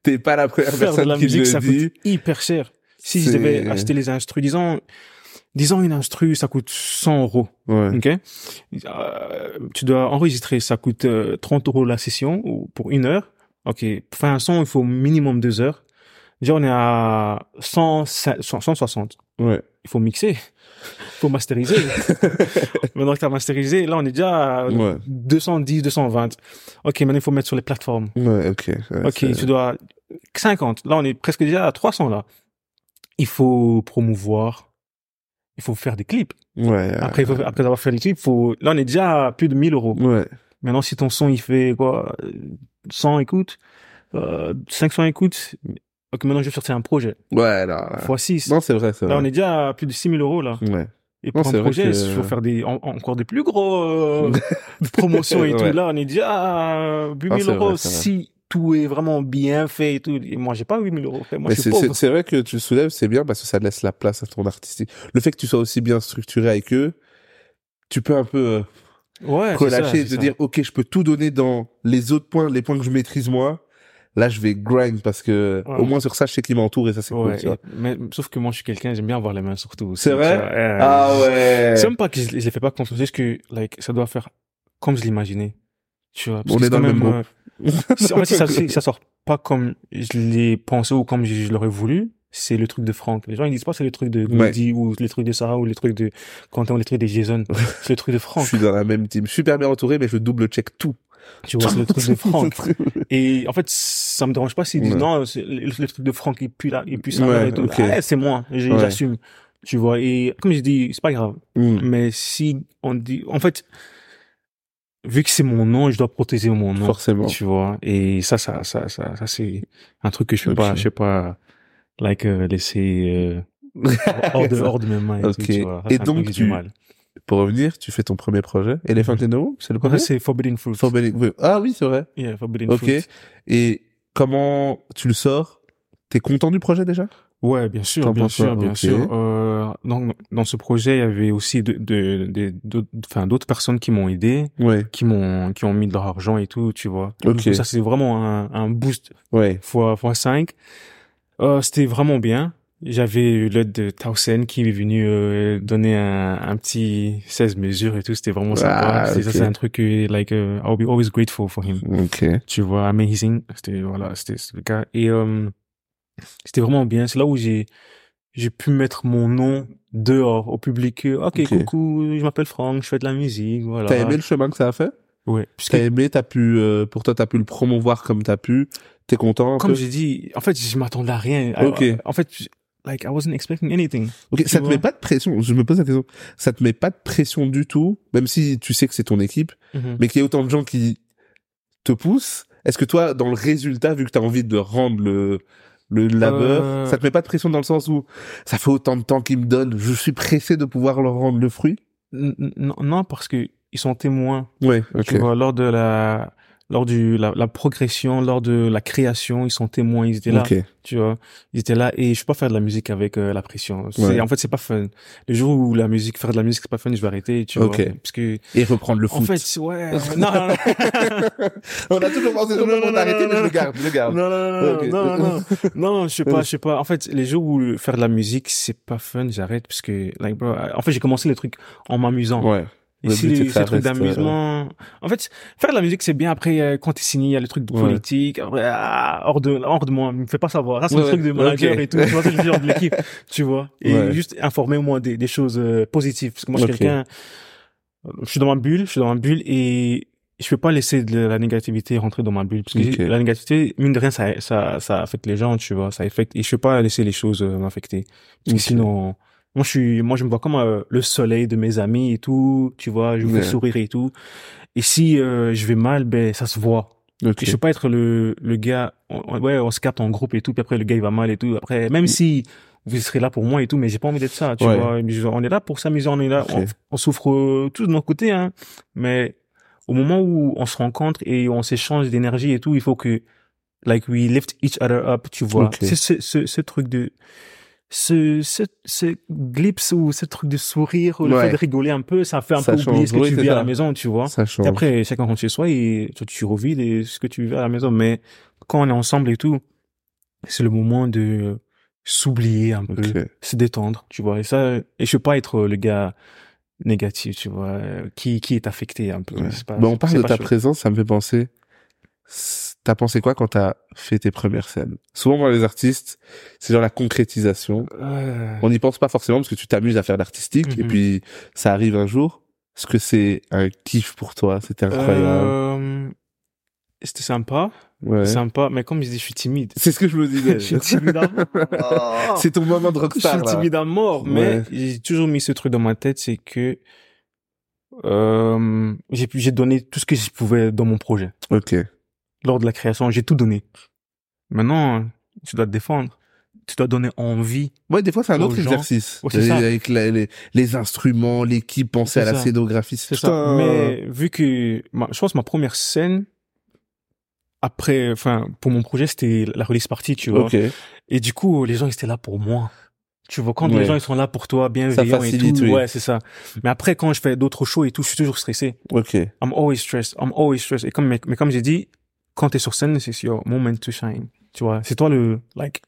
T'es pas la première faire de (laughs) personne la qui musique, ça le dit. coûte hyper cher. Si je C'est- devais acheter les instrus, disons, disons une instru, ça coûte 100 euros. Ouais. Ok. Euh, tu dois enregistrer, ça coûte euh, 30 euros la session ou pour une heure. Ok. Pour faire un son, il faut au minimum deux heures. Déjà, on est à 100, 160. Ouais. Il faut mixer, il (laughs) faut masteriser. maintenant que tu as masterisé, là, on est déjà à Ouais. 210, 220. Ok, maintenant, il faut mettre sur les plateformes. Ouais. Ok. Ouais, Ok, c'est- tu dois 50. Là, on est presque déjà à 300 là. Il faut promouvoir. Il faut faire des clips. Ouais. euh, Après, il faut- après avoir fait les clips, faut... là, on est déjà à plus de 1000 euros. Ouais. Maintenant, si ton son, il fait quoi euh, 100 écoutes, euh, 500 écoutes. Ok, maintenant, je vais sortir un projet. Ouais, là. là. Fois 6. Non, c'est vrai, c'est Là, on vrai. est déjà à plus de 6000 euros là. Ouais. Et Non, pour c'est un vrai projet, que- il faut faire des, en- encore des plus gros (laughs) euh, promotions et Ouais. tout. Là, on est déjà à 8000 Ah, c'est vrai, euros c'est vrai. si tout est vraiment bien fait et tout. Et moi, j'ai pas 8000 euros. Moi, Mais je suis c'est, pauvre. c'est, c'est vrai que tu le soulèves, c'est bien parce que ça laisse la place à ton artistique. Le fait que tu sois aussi bien structuré avec eux, tu peux un peu euh, Ouais, c'est ça, relâcher et te c'est ça. dire, OK, je peux tout donner dans les autres points, les points que je maîtrise moi. Là, je vais grind parce que Ouais. au moins sur ça, je sais qu'ils m'entourent et ça, c'est cool. Ouais, tu vois. et- mais, sauf que moi, je suis quelqu'un, j'aime bien avoir les mains surtout. aussi, C'est tu vrai vois. Euh, Ah ouais. C'est même pas que je, je les fais pas confiance, c'est juste que, like, ça doit faire comme je l'imaginais. Tu vois. parce On que est c'est dans quand le même euh, si- en fait, (laughs) si ça, si ça sort pas comme je l'ai pensé ou comme je, je l'aurais voulu, c'est le truc de Franck. Les gens, ils disent pas c'est le truc de Ouais. Moody ou les trucs de Sarah ou les trucs de Quentin ou les trucs de Jason. c'est le truc de Je Franck. suis dans la même team. Super bien entouré, mais je double check tout. Tu (laughs) vois, c'est le truc de Franck. truc. Et en fait, ça me dérange pas s'ils disent Ouais. non, c'est le, le truc de Franck, il pue là, il pue ça. Ouais, là et tout. ok. Ah, c'est moi, j'ai- Ouais. j'assume. Tu vois, et comme je dis, c'est pas grave. Mm. Mais si on dit, en fait, vu que c'est mon nom, je dois protéger mon nom. Forcément. Tu vois, et ça, ça, ça, ça, ça c'est un truc que je sais Ok. pas, je sais pas, like, euh, laisser euh, (laughs) hors, de, hors de mes mains. Et, tout, Ok. tu vois. Ça, Et c'est un donc, truc que j'ai du tu- mal. Pour revenir, tu fais ton premier projet. Elephant in the Room, c'est le En premier? fait, c'est Forbidden Fruit. Forbidden- oui. Ah oui, c'est vrai. Yeah, Forbidden Ok. Fruit. Et comment tu le sors? T'es content du projet déjà Ouais, bien sûr, T'en bien penses sûr, quoi bien Ok. sûr. Euh, donc, dans ce projet, il y avait aussi de, de, de- d'autres- enfin, d'autres personnes qui m'ont aidé, Ouais. qui m'ont, qui ont mis de leur argent et tout, tu vois. Ok. Du coup, ça, c'est vraiment un, un boost Ouais. fois, fois 5. Euh, c'était vraiment bien. J'avais eu l'aide de Towson qui est venu euh, donner un, un petit 16 mesures et tout. C'était vraiment sympa. Ah, C'était- ça, ok. c'est un truc que, like, euh, I'll be always grateful for him. Ok. Tu vois, amazing. C'était, voilà, c'était c'était le cas. Et euh, c'était vraiment bien. C'est là où j'ai, j'ai pu mettre mon nom dehors au public. que, Ok, Ok. coucou, je m'appelle Franck, je fais de la musique, voilà. T'as aimé le chemin que ça a fait Ouais. Parce que T'as aimé, t'as pu, euh, pour toi, t'as pu le promouvoir comme t'as pu. T'es content un comme peu j'ai dit, en fait, je m'attendais à rien. Ok. En fait, je- like, I wasn't expecting anything. Ok, tu ça te vois. met pas de pression. Je me pose la question. Ça te met pas de pression du tout, même si tu sais que c'est ton équipe, mais qu'il y ait autant de gens qui te poussent. Est-ce que toi, dans le résultat, vu que t'as envie de rendre le le labeur, Euh. ça te met pas de pression dans le sens où ça fait autant de temps qu'ils me donnent, je suis pressé de pouvoir leur rendre le fruit. N- n- Non, non, parce que ils sont témoins. Ouais, ok. Tu vois, lors de la, lors du, la, la progression, lors de la création, ils sont témoins, ils étaient là. Ok. Tu vois, ils étaient là et je peux pas faire de la musique avec euh, la pression. C'est- Ouais. En fait, c'est pas fun. Le jour où la musique, faire de la musique, c'est pas fun, je vais arrêter, tu Ok. vois. Parce que, Et reprendre le en foot. fait, ouais. non, non, non. on a toujours pensé tout Non, le non, monde non, arrêté, non, mais je non. le garde, je le garde. Non, non, non, Ok. (laughs) non, non, non, non, je sais pas, je sais pas. En fait, les jours où le- faire de la musique, c'est pas fun, j'arrête parce que, like, bro, en fait, j'ai commencé le truc en m'amusant. Ouais. Et Le si but, c'est les- que ça ces trucs reste, euh, d'amusement. En fait, faire de la musique, c'est bien. Après, euh, quand t'es signé, il y a les trucs de Ouais. politique. Après, ah, hors de, hors de moi, me fais pas savoir. Ça, c'est Ouais, le truc de ouais, manager ok. et tout. Tu vois, c'est le genre de (laughs) l'équipe. Tu vois. Et Ouais. juste informer moi des, des choses euh, positives. Parce que moi, je suis Ok. quelqu'un, je suis dans ma bulle, je suis dans ma bulle et je peux pas laisser de la négativité rentrer dans ma bulle. Parce que Ok. la négativité, mine de rien, ça, ça, ça affecte les gens, tu vois. Ça affecte. Et je peux pas laisser les choses euh, m'affecter. Parce que Ok. sinon, moi je suis, moi je me vois comme euh, le soleil de mes amis et tout, tu vois, je me Ouais. fais sourire et tout. Et si euh, je vais mal, ben ça se voit. Ok. Et je veux pas être le le gars, on- on- ouais, on se capte en groupe et tout, puis après le gars il va mal et tout. Après, même si vous serez là pour moi et tout, mais j'ai pas envie d'être ça, tu Mm. Ouais. vois. Je- On est là pour s'amuser, on est là, Ok. on, on souffre euh, tous de nos côtés, hein. Mais au moment où on se rencontre et on s'échange d'énergie et tout, il faut que like we lift each other up, tu vois. Ok. C'est ce, ce, ce truc de ce, ce, ce glimpse ou ce truc de sourire, ou le Ouais. fait de rigoler un peu, ça fait un Ça peu oublier change, ce que oui, tu c'est vis à ça. la maison, tu vois. Ça Et change. après, chacun rentre chez soi et toi, tu revis les- ce que tu vis à la maison. Mais quand on est ensemble et tout, c'est le moment de s'oublier un peu, Ok. se détendre, tu vois. Et ça, et je veux pas être le gars négatif, tu vois, euh, qui, qui est affecté un peu. Ouais. C'est pas- Bah, on parle c'est de pas ta chaud. présence, ça me fait penser. S- T'as pensé quoi quand t'as fait tes premières scènes Souvent, moi, les artistes, c'est genre la concrétisation. Euh, On n'y pense pas forcément parce que tu t'amuses à faire de l'artistique et Mhm. puis ça arrive un jour. Est-ce que c'est un kiff pour toi C'était incroyable. euh, c'était sympa, Ouais. sympa, mais comme je dis, je suis timide. C'est ce que (laughs) je me (laughs) je disais. suis timide à mort. c'est ton moment de Je suis rockstar. là. timide à mort, mais Ouais. j'ai toujours mis ce truc dans ma tête, c'est que euh, j'ai pu- j'ai donné tout ce que je pouvais dans mon projet. Ok. Lors de la création, j'ai tout donné. Maintenant, tu dois te défendre. Tu dois donner envie. Ouais, des fois, c'est un Aux autre gens. exercice. Ouais, c'est ça. Avec la- les, les instruments, l'équipe, penser C'est à la ça. scénographie. C'est tout ça. un- Mais vu que ma- je pense que ma première scène après, enfin pour mon projet, c'était la release party, tu vois. Ok. Et du coup, les gens ils étaient là pour moi. Tu vois, quand Ouais. les gens ils sont là pour toi, bienveillants et facilite, tout, oui. ouais, c'est ça. Mais après, quand je fais d'autres shows et tout, je suis toujours stressé. Ok. I'm always stressed. I'm always stressed. Et comme, mais, mais comme j'ai dit, quand t'es sur scène, c'est your moment to shine. Tu vois, c'est toi le, like,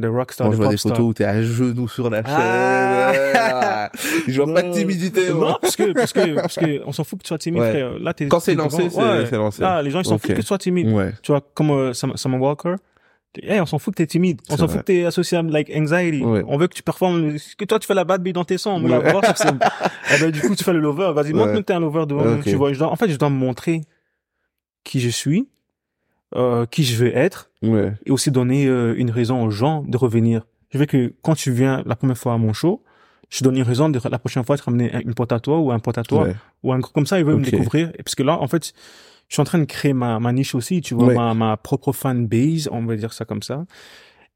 the rockstar, Moi, the je vois des pop star. photos où t'es à genoux sur la chaîne. (laughs) Ah. je vois pas de Non. timidité. moi. Non, parce que, parce que, parce que, on s'en fout que tu sois timide, Ouais. frère. Là, t'es, Quand c'est t'es lancé, devant. c'est Ouais. c'est lancé. Là, les gens, ils s'en Ok. foutent que tu sois timide. Ouais. Tu vois, comme euh, Sam, Sam Walker. Hey, on s'en fout que t'es timide. C'est On s'en fout vrai. que t'es associé à, like, anxiety. Ouais. On veut que tu performes, que toi, tu fais la bad beat dans tes sons. On veut la Ouais. (laughs) voir sur scène. Eh ben, du coup, tu fais le lover. Vas-y, montre-nous que t'es un lover devant nous, Ok. Tu vois, je dois, en fait, je dois me montrer qui je suis, euh, qui je veux être, Ouais. et aussi donner euh, une raison aux gens de revenir. Je veux que quand tu viens la première fois à mon show, je donne une raison de la prochaine fois de ramener un- une pote à toi ou un pote à toi Ouais. ou un groupe comme ça, ils veulent Ok. me découvrir. Et parce que là, en fait, je suis en train de créer ma, ma niche aussi, tu vois, Ouais. ma, ma propre fan base, on va dire ça comme ça.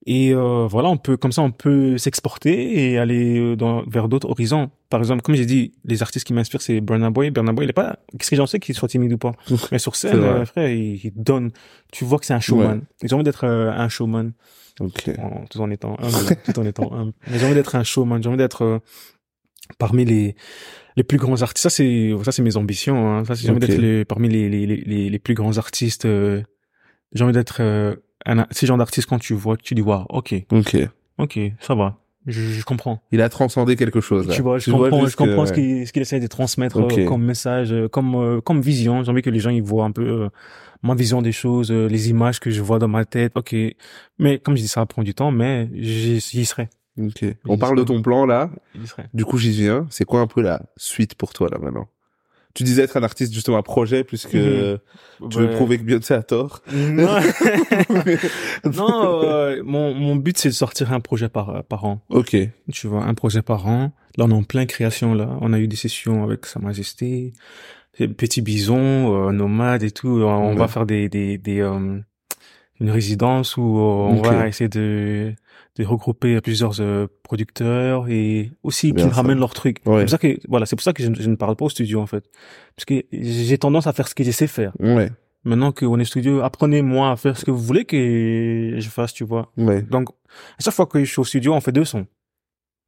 Et euh, voilà, on peut comme ça, on peut s'exporter et aller euh, dans, vers d'autres horizons. Par exemple, comme j'ai dit, les artistes qui m'inspirent, c'est Burna Boy. Burna Boy, il est pas. Qu'est-ce que j'en sais qu'il soit timide ou pas Mais sur C'est scène, vrai. euh, frère, il, il donne. Tu vois que c'est un showman. Ouais. Ils ont envie d'être euh, un showman, Ok. en- tout en étant humble, tout en étant humble. Mais Ils ont envie d'être un showman. J'ai envie d'être euh, parmi les les plus grands artistes. Ça, c'est ça, c'est mes ambitions. hein. Ça, c'est j'ai envie Ok. d'être les- parmi les les, les les les plus grands artistes. euh, j'ai envie d'être euh, un, ce genre d'artiste quand tu vois, que tu dis waouh, ok. Ok. Ok, ça va. Je, je comprends. Il a transcendé quelque chose. là. Tu vois, je vois comprends, juste je comprends que- ce qu'il ce qu'il essaie de transmettre euh, Ok. comme message, euh, comme euh, comme vision. J'ai envie que les gens ils voient un peu euh, ma vision des choses, euh, les images que je vois dans ma tête. Ok, mais comme je dis, ça prend du temps, mais j'y j'y serai. Ok. On parle de ton plan là. J'y serai. Du coup, j'y viens. C'est quoi un peu la suite pour toi là maintenant Tu disais être un artiste justement à projet puisque Mhm. tu veux Ouais. prouver que Beyoncé a (laughs) tort. (laughs) Non, non euh, mon mon but c'est de sortir un projet par euh, par an. ok. tu vois, un projet par an. Là, on est en plein création, là. On a eu des sessions avec Sa Majesté, Petit Bison, euh, Nomade et tout. On Ouais. va faire des, des, des, euh, une résidence où euh, on Ok. va essayer de, de regrouper plusieurs euh, producteurs et aussi Bien qu'ils ça. ramènent leurs trucs. Ouais. C'est pour ça que, voilà, c'est pour ça que je, ne- je ne parle pas au studio, en fait. Parce que j'ai tendance à faire ce que je sais faire. Ouais. Maintenant qu'on est studio, apprenez-moi à faire ce que vous voulez que je fasse, tu vois. Ouais. Donc, à chaque fois que je suis au studio, on fait deux sons.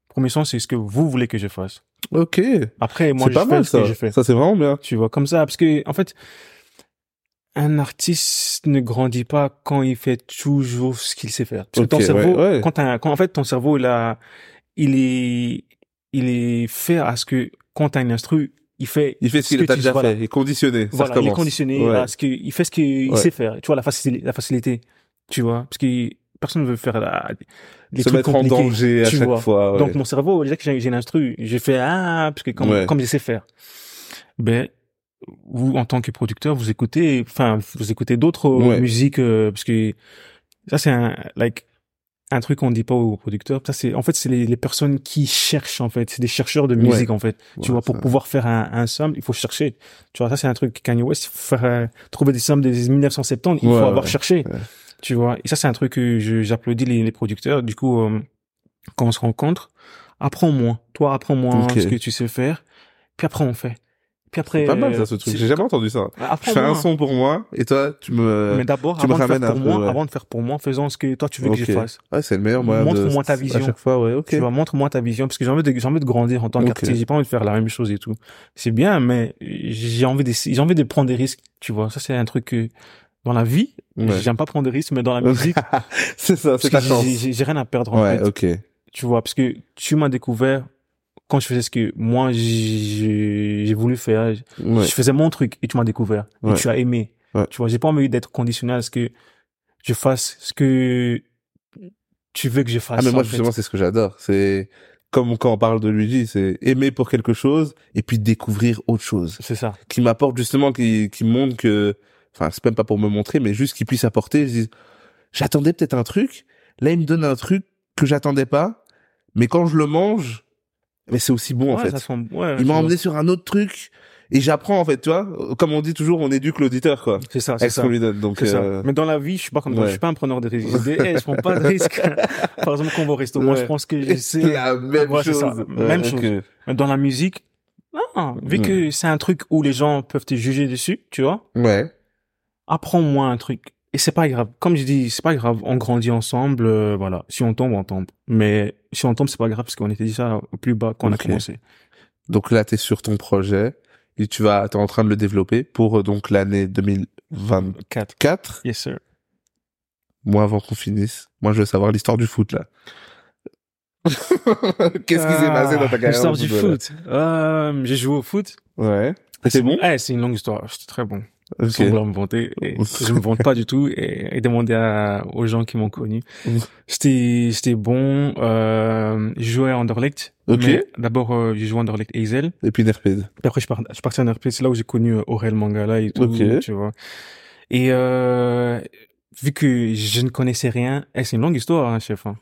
Premier son, c'est ce que vous voulez que je fasse. Ok. Après, moi, C'est je pas fais mal ce que ça. je fais. Ça c'est vraiment bien. Tu vois, comme ça, parce que, en fait, un artiste ne grandit pas quand il fait toujours ce qu'il sait faire. Ok, Parce que ton cerveau, ouais, ouais. quand, t'as un- quand, en fait, ton cerveau, il a, il est, il est fait à ce que, quand t'as un instru, il fait, Il fait ce qu'il que a tu- déjà voilà. fait. Il est conditionné. Ça Voilà, il est recommence. conditionné Ouais. à ce qu'il il fait ce qu'il Ouais. sait faire. Tu vois, la facilité, la facilité. Tu vois, parce que personne ne veut faire la, les Se trucs mettre en compliqués. danger à tu chaque vois. fois. ouais. Donc mon cerveau, déjà que j'ai j'ai l'instru, j'ai fait ah parce que comme Ouais. comme je sais faire. Ben vous en tant que producteur, vous écoutez, enfin vous écoutez d'autres euh, Ouais. musiques euh, parce que ça c'est un like un truc qu'on dit pas aux producteurs. Ça c'est en fait c'est les, les personnes qui cherchent en fait, c'est des chercheurs de musique en fait. Ouais, tu vois pour ça- pouvoir faire un, un somme, il faut chercher. Tu vois ça c'est un truc que Kanye West il faut faire, euh, trouver des sommes des 1970, il Ouais, faut avoir ouais, cherché. ouais. Tu vois et ça c'est un truc que je- j'applaudis les, les producteurs. Du coup euh, quand on se rencontre, apprends-moi. Toi, apprends-moi Ok. ce que tu sais faire. Puis après, on fait. Puis après. C'est pas mal ça ce euh, truc. c'est- J'ai jamais entendu ça. Je fais Apprends-moi. un son pour moi et toi tu me. Mais d'abord, tu me avant de faire ramènes pour un peu, moi, ouais. avant de faire pour moi, faisons ce que toi tu veux que Ok. je fasse. Ouais, c'est le meilleur moyen de. Montre-moi ta À vision. chaque fois, Ah ouais. Ok. Tu vois, montre-moi ta vision, parce que j'ai envie de, j'ai envie de grandir en tant Ok. qu'artiste. J'ai pas envie de faire la même chose et tout. C'est bien, mais j'ai envie de, j'ai envie de prendre des risques. Tu vois, ça c'est un truc que, dans la vie, Ouais. (laughs) j'aime pas prendre des risques, mais dans la musique, c'est ça. parce C'est que ta chance. j'ai- j'ai j'ai rien à perdre en Ouais. fait. Ok. tu vois, parce que tu m'as découvert quand je faisais ce que moi j'ai j'ai voulu faire. Je- Ouais. Je faisais mon truc et tu m'as découvert Ouais. et tu as aimé. Ouais. Tu vois, j'ai pas envie d'être conditionné à ce que je fasse ce que tu veux que je fasse. Ah mais moi en fait. justement c'est ce que j'adore, c'est comme quand on parle de Luigi, c'est aimer pour quelque chose et puis découvrir autre chose c'est ça. qui m'apporte justement qui qui montre que enfin c'est même pas pour me montrer mais juste qu'il puisse apporter, je dis j'attendais peut-être un truc, là il me donne un truc que j'attendais pas mais quand je le mange mais c'est aussi bon en Ouais, fait. ça sent- ouais, tu Il m'a vois. emmené sur un autre truc et j'apprends en fait, tu vois, comme on dit toujours on éduque l'auditeur quoi. C'est ça, c'est Avec ce ça. qu'on lui donne donc C'est ça. euh, Mais dans la vie, je suis pas comme toi. ouais. Je suis pas un preneur de risques. Je dis, hey, je prends pas (laughs) de risques. Par exemple, quand on va au resto, moi, Ouais. je pense (laughs) que je sais. la même Ouais, c'est chose. ça. Même chose. ok. Mais dans la musique, non. Ouais. Vu que c'est un truc où les gens peuvent te juger dessus, tu vois. Ouais. apprends-moi un truc. Et c'est pas grave. Comme je dis, c'est pas grave. On grandit ensemble, euh, voilà. Si on tombe, on tombe. Mais si on tombe, c'est pas grave parce qu'on était déjà au plus bas quand on Ok. a commencé. Donc là, tu es sur ton projet et tu vas, es en train de le développer pour euh, donc l'année 2024. 4. Yes, sir. Moi, avant qu'on finisse, moi, je veux savoir l'histoire du foot là. (laughs) Qu'est-ce qui s'est passé dans ta carrière L'histoire de Ah, du footballeur foot. Euh, j'ai joué au foot. Ouais. Et C'est bon. Eh, c'est une longue histoire. C'était très bon. Ok. Sans vouloir me vanter. Et je me vante pas du tout et, et demander à, aux gens qui m'ont connu. Mm. C'était, c'était bon. Euh, je jouais à Anderlecht. Ok. Mais D'abord, euh, j'ai joué à Anderlecht Hazel. Et puis Nerpid. Puis après, je, par- je suis parti en RP, c'est là où j'ai connu euh, Aurel Mangala et tout, Ok. tu vois. Et euh, vu que je ne connaissais rien, eh, c'est une longue histoire, hein, chef. hein.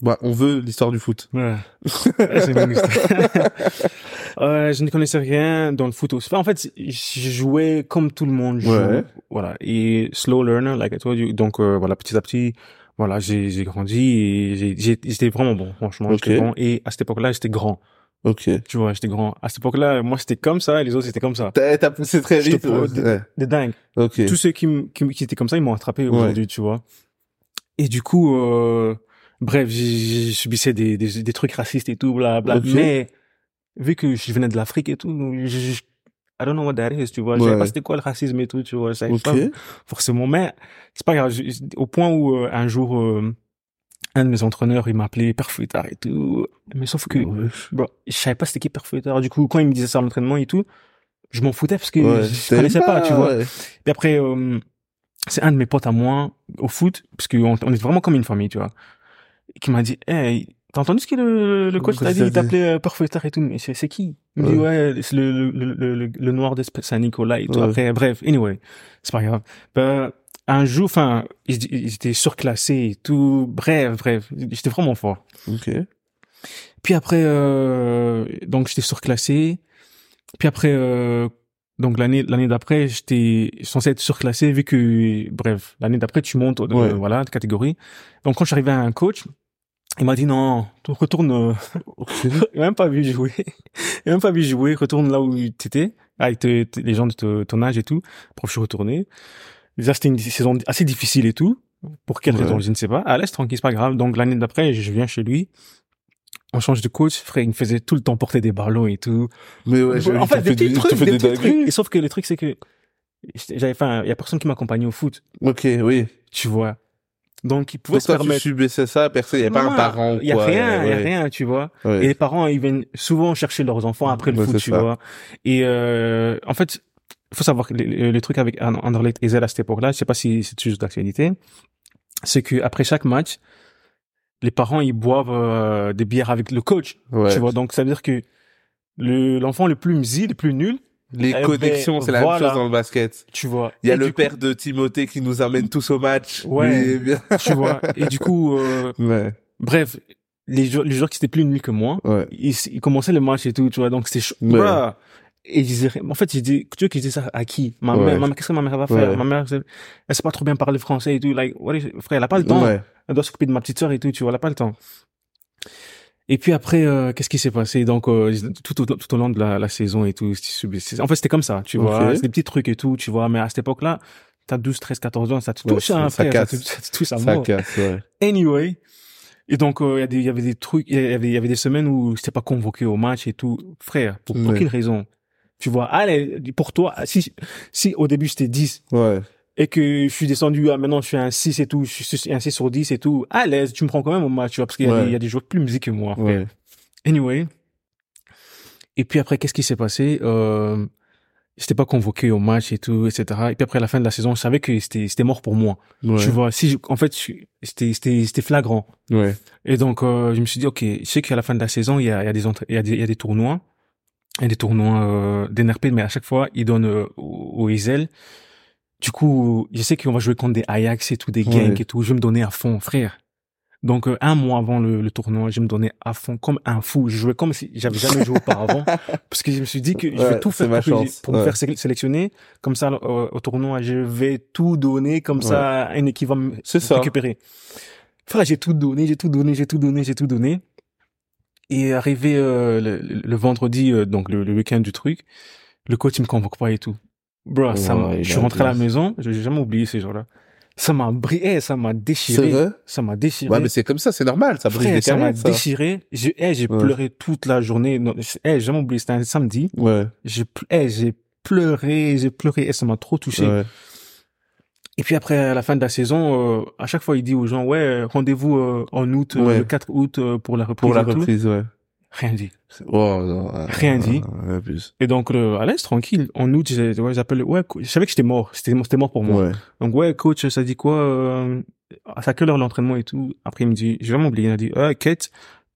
Bah, on veut l'histoire du foot. Ouais. Eh, c'est (laughs) une longue histoire. (laughs) Euh, je ne connaissais rien dans le foot aussi. Enfin, en fait, je jouais comme tout le monde joue. Ouais. Voilà. Et slow learner, like I told you. Donc, euh, voilà, petit à petit, Voilà, j'ai j'ai grandi et j'ai- j'ai- j'étais vraiment bon, franchement. j'étais Ok. bon. Et à cette époque-là, j'étais grand. Ok. Tu vois, j'étais grand. À cette époque-là, moi, c'était comme ça et les autres, c'était comme ça. T'as t'as poussé très Je te vite. prends- ouais. Des dingues. Ok. Tous ceux qui, m- qui, m- qui étaient comme ça, ils m'ont attrapé aujourd'hui, tu vois. Et du coup, euh, bref, j'ai- j'ai- je subissais des, des, des trucs racistes et tout, bla bla. Ok. Mais vu que je venais de l'Afrique et tout, je, je- I don't know what that is, tu vois. Je Ouais. savais pas c'était quoi le racisme et tout, tu vois. Je savais Ok. pas forcément, mais c'est pas grave. Je- je- au point où euh, un jour, euh, un de mes entraîneurs, il m'appelait Père Fouettard et tout. Mais sauf que, bro, je savais pas c'était qui Père Fouettard. Du coup, quand il me disait ça à l'entraînement et tout, je m'en foutais parce que Ouais. je connaissais pas, tu vois. ouais. Puis après, euh, c'est un de mes potes à moi au foot, parce qu'on on est vraiment comme une famille, tu vois, qui m'a dit, hey, t'as entendu ce que le, le coach Le coach t'a dit t'a Il dit. t'appelait euh, Parfaiteur et tout, mais c'est c'est qui Il me dit, ouais, c'est le, le, le, le, le noir de Saint-Nicolas et tout. Ouais. Après, bref, anyway, c'est pas grave. Ben, un jour, enfin, ils, ils étaient surclassés et tout. Bref, bref, j'étais vraiment fort. Ok. Puis après, euh, donc j'étais surclassé. Puis après, euh, donc l'année l'année d'après, j'étais censé être surclassé vu que, bref, l'année d'après tu montes, euh, Ouais. voilà, de catégorie. Donc quand j'arrivais à un coach, il m'a dit non, tu retourne. euh, il m'a même pas vu jouer. Il m'a même pas vu jouer. Retourne là où t'étais avec te- te- les gens de te- ton âge et tout. Prof, je suis retourné. Déjà, c'était une saison assez difficile et tout. Pour quelle Ouais. raison, je ne sais pas. À l'aise, tranquille, c'est pas grave. Donc, l'année d'après, je viens chez lui. On change de coach. Frère, il me faisait tout le temps porter des ballons et tout. Bah, Mais ouais, je, en tu fait, des fais petits tu trucs, fais des petits dingueries. trucs. Et sauf que le truc, c'est que j'avais, enfin, il y a personne qui m'accompagnait au foot. Ok, oui. Tu vois. Donc, il pouvait Donc se toi, tu permettre. subissais ça, personne, il n'y a pas Non, un parent ou Il y a quoi, rien, il y a ouais. rien, tu vois. Ouais. Et les parents, ils viennent souvent chercher leurs enfants après le Ouais, foot, c'est tu ça. vois. Et euh, en fait, faut savoir que le, le truc avec An- Anderlecht et Zell à cette époque-là, je sais pas si c'est toujours d'actualité, c'est que après chaque match, les parents ils boivent euh, des bières avec le coach, Ouais. tu vois. Donc ça veut dire que le l'enfant le plus mzi, le plus nul, Les Eh ben, connexions, c'est la même voilà. chose dans le basket. tu vois. Il y a Et le du père de Timothée qui nous amène tous au match. Ouais. Mais (laughs) bien- coup- tu vois. Et du coup, euh, Ouais. bref, les joueurs, les joueurs qui étaient plus nuls que moi, Ouais. il, il commençait le match et tout, tu vois, donc c'était chaud. Ouais. Bruh. Et je disais, en fait, je dis, tu veux que je dise ça à qui? Ma Ouais. mère, ma mère, qu'est-ce que ma mère va faire? Ouais. Ma mère, elle elle sait pas trop bien parler français et tout, like, what is- frère, elle a pas le temps. Ouais. Elle doit s'occuper de ma petite sœur et tout, tu vois, elle a pas le temps. Et puis après, euh, qu'est-ce qui s'est passé? Donc, euh, tout, au, tout au long de la, la saison et tout, c'est- c'est- en fait, c'était comme ça, tu Ok. vois, c'est des petits trucs et tout, tu vois, mais à cette époque-là, t'as 12, 13, 14 ans, ça te Ouais, touche, ça- hein, ça frère, casse. te- (laughs) ça te touche à Ça mort. casse, ouais. Anyway. Et donc, euh, il y a des- il y avait des trucs, il y avait, il y avait des semaines où j'étais pas convoqué au match et tout. Frère, pour Ouais. aucune raison. Tu vois, allez, pour toi, si, si au début j'étais 10 Ouais. et que je suis descendu, à maintenant je suis un 6 et tout, je suis un 6 sur 10 et tout, à l'aise, tu me prends quand même au match, tu vois, parce qu'il y, a Ouais. des- il y a des joueurs plus musiques que moi. frère. Ouais. Anyway. Et puis après, qu'est-ce qui s'est passé? Euh, j'étais pas convoqué au match et tout, etc. Et puis après, à la fin de la saison, je savais que c'était, c'était mort pour moi. Ouais. Tu vois, si je- en fait, je- c'était, c'était, c'était flagrant. Ouais. Et donc, euh, je me suis dit, OK, je sais qu'à la fin de la saison, il y a, il y a, des, entra- il y a, des, il y a des tournois, il y a des tournois euh, d'NRP, mais à chaque fois, ils donnent euh, au au Isel. Du coup, je sais qu'on va jouer contre des Ajax et tout, des Ouais. gangs et tout. Je vais me donner à fond, frère. Donc, euh, un mois avant le, le tournoi, je me donnais à fond comme un fou. Je jouais comme si j'avais jamais joué (laughs) auparavant. Parce que je me suis dit que je Ouais, vais tout c'est faire ma pour, que chance, j'ai- pour me ouais. faire sé- sélectionner. Comme ça, euh, au tournoi, je vais tout donner. Comme Ouais. ça, une équipe va me C'est ça. récupérer. Frère, j'ai tout donné, j'ai tout donné, j'ai tout donné, j'ai tout donné. Et arrivé euh, le, le- le vendredi, euh, donc le, le week-end du truc, le coach il me convoque pas et tout. Bro, ça Ouais, m'a- il je a suis rentré à la dit. maison, je j'ai jamais oublié ces jours-là. Ça m'a brillé, ça m'a C'est déchiré, vrai? ça m'a déchiré. Ouais, mais c'est comme ça, c'est normal, ça brise Frère, des ça m'a carrières, ça. déchiré. J'ai eh, j'ai Ouais. pleuré toute la journée. Non, je- eh, j'ai jamais oublié, c'était un samedi. Ouais. J'ai ple- eh, j'ai pleuré, j'ai pleuré, et ça m'a trop touché. Ouais. Et puis après, à la fin de la saison, euh, à chaque fois, il dit aux gens, ouais, euh, rendez-vous euh, en août, euh, Ouais. le 4 août euh, pour la reprise. Pour la et tout. reprise, ouais. Rien dit. Oh, non, euh, Rien dit. euh, euh, abuse. Et donc, le, à l'aise, tranquille. En août, j'ai- ouais, j'appelle, ouais, co- je savais que j'étais mort. C'était c'était mort pour moi. Ouais. Donc, ouais, coach, ça dit quoi, euh, à quelle heure l'entraînement et tout. Après, il me dit, j'ai vraiment oublié. Il a dit, ah, Kate,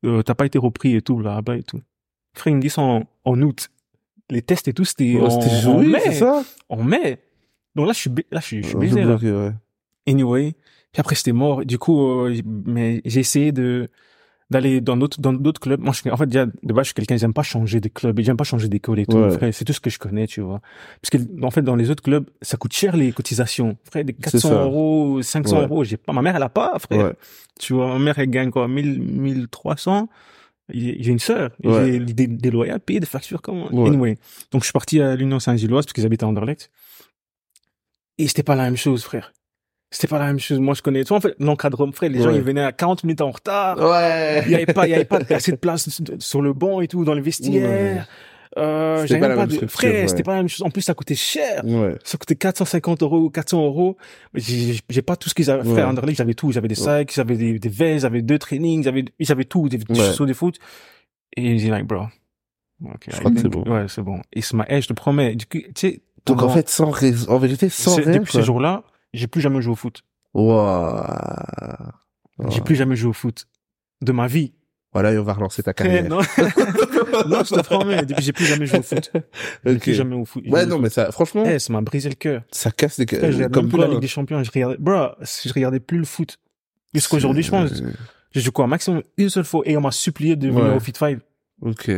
euh, t'as pas été repris et tout, là-bas et tout. Après, il me dit ça en, en août. Les tests et tout, c'était Oh, en, C'était en joué, mai. c'est ça? En mai. Donc là, je suis, ba- là, je suis, je suis Oh, baisé, là. bloqué, ouais. Anyway, puis après c'était mort. Du coup, euh, mais j'ai essayé de d'aller dans d'autres dans d'autres clubs. Moi, je, en fait, déjà, de base, je suis quelqu'un, j'aime pas changer de club, et j'aime pas changer d'école et tout. Ouais. frère. C'est tout ce que je connais, tu vois. Parce que, en fait, dans les autres clubs, ça coûte cher les cotisations. Frère, des C'est 400 ça. euros, 500 Ouais. euros, j'ai pas, ma mère, elle a pas, frère. Ouais. Tu vois, ma mère, elle gagne quoi, 1000, 1300. J'ai j'ai une sœur. et Ouais. J'ai des, des loyers à payer, des factures, comment. Ouais. Anyway. Donc, je suis parti à l'Union Saint-Gilloise, parce qu'ils habitaient à Anderlecht. Et c'était pas la même chose, frère. C'était pas la même chose. Moi, je connais, tu vois, en fait, l'encadrement, frère, les gens, Ouais. ils venaient à 40 minutes en retard. Ouais. Il n'y avait pas, il y avait pas assez de place sur le banc et tout, dans le vestiaire. Euh, C'était j'avais pas même la pas même de... structure, Frère, ouais. c'était pas la même chose. En plus, ça coûtait cher. Ouais. Ça coûtait 450 euros, 400 euros. Mais J'ai j'ai pas tout ce qu'ils avaient Ouais. fait à Anderlecht. J'avais tout. J'avais des sacs, j'avais des, des vestes, j'avais deux trainings, j'avais, j'avais tout, des, des Ouais. chaussures de foot. Et j'ai dit, like, bro. ok, Je crois que I c'est think- bon. Ouais, c'est bon. Et c'est ma haine, je te promets. Du coup, tu sais, Donc en pendant- fait, sans rêve- en vérité, sans c'est- rêve. depuis ces jours-là, j'ai plus jamais joué au foot. Waouh. J'ai plus jamais joué au foot. De ma vie. (laughs) Voilà, et on va relancer ta carrière. Eh, (laughs) non. non, je te promets. Depuis, j'ai plus jamais joué au foot. J'ai Ok. plus jamais au foot. Ouais, non, mais ça, franchement, Eh, ça m'a brisé le cœur. ça casse les Putain, je regardais comme même plus quoi, hein. la Ligue des Champions. Je regardais, bro, je regardais plus le foot. Jusqu'aujourd'hui, je pense, Euh, j'ai joué quoi, maximum une seule fois, et on m'a supplié de venir Ouais. au Fit 5. Ok.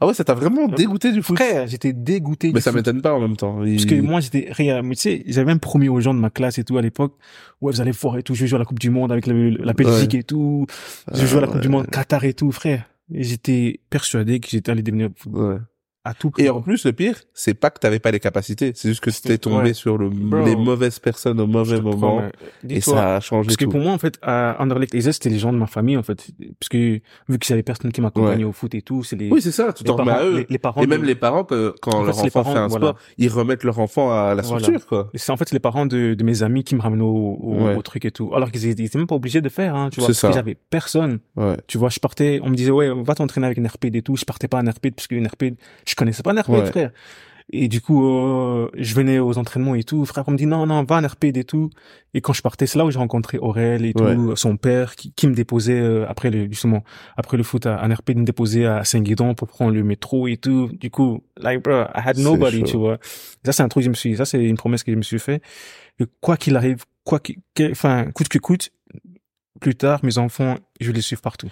Ah ouais, ça t'a vraiment dégoûté du foot. Frère, j'étais dégoûté. Mais du ça foot. m'étonne pas en même temps. Il- Parce que moi, j'étais rien. Mais tu sais, j'avais même promis aux gens de ma classe et tout à l'époque. Ouais, vous allez voir et tout. Je joue à la Coupe du Monde avec le- la Belgique et tout. Je Ah, joue à la Coupe ouais. du Monde Qatar et tout, frère. Et j'étais persuadé que j'étais allé devenir foot- Ouais. à tout prix. Et en plus, le pire, c'est pas que t'avais pas les capacités, c'est juste que t'es tombé Ouais. sur le, Bro. les mauvaises personnes au mauvais moment, Prends, euh, et dis-toi. ça a changé Parce que tout. pour moi, en fait, à Anderlecht, les Zest, c'était les gens de ma famille, en fait. Parce que, vu que c'est les personnes qui m'accompagnaient au foot et tout, c'est les, Oui, c'est ça, tu les t'en remets parents, à eux. les, les parents. Et même de- les parents, que, quand En fait, leur c'est les enfant fait parents, un sport, voilà. ils remettent leur enfant à la Voilà. structure, quoi. C'est en fait les parents de, de mes amis qui me ramenaient au, au, Ouais. au truc et tout. Alors qu'ils étaient ils étaient même pas obligés de faire, hein, tu vois. C'est Parce que ça. j'avais personne. Ouais. Tu vois, je partais, on me disait, ouais, va t'entraîner avec une RPD et tout. Je partais pas en RPD parce qu'une RPD, je connaissais pas une RPD, Ouais. frère. Et du coup, euh, je venais aux entraînements et tout. Frère, on me dit, non, non, va en RPD et tout. Et quand je partais, c'est là où j'ai rencontré Aurel et tout, Ouais. son père, qui, qui me déposait, euh, après le, justement, après le foot, à- en RPD, il me déposait à Saint-Guidon pour prendre le métro et tout. Du coup, like, bro, I had C'est nobody, chaud. tu vois. Ça, c'est un truc que je me suis, ça, c'est une promesse que je me suis fait. Que quoi qu'il arrive, quoi qu'il, que- enfin, coûte que coûte, plus tard, mes enfants, je les suive partout.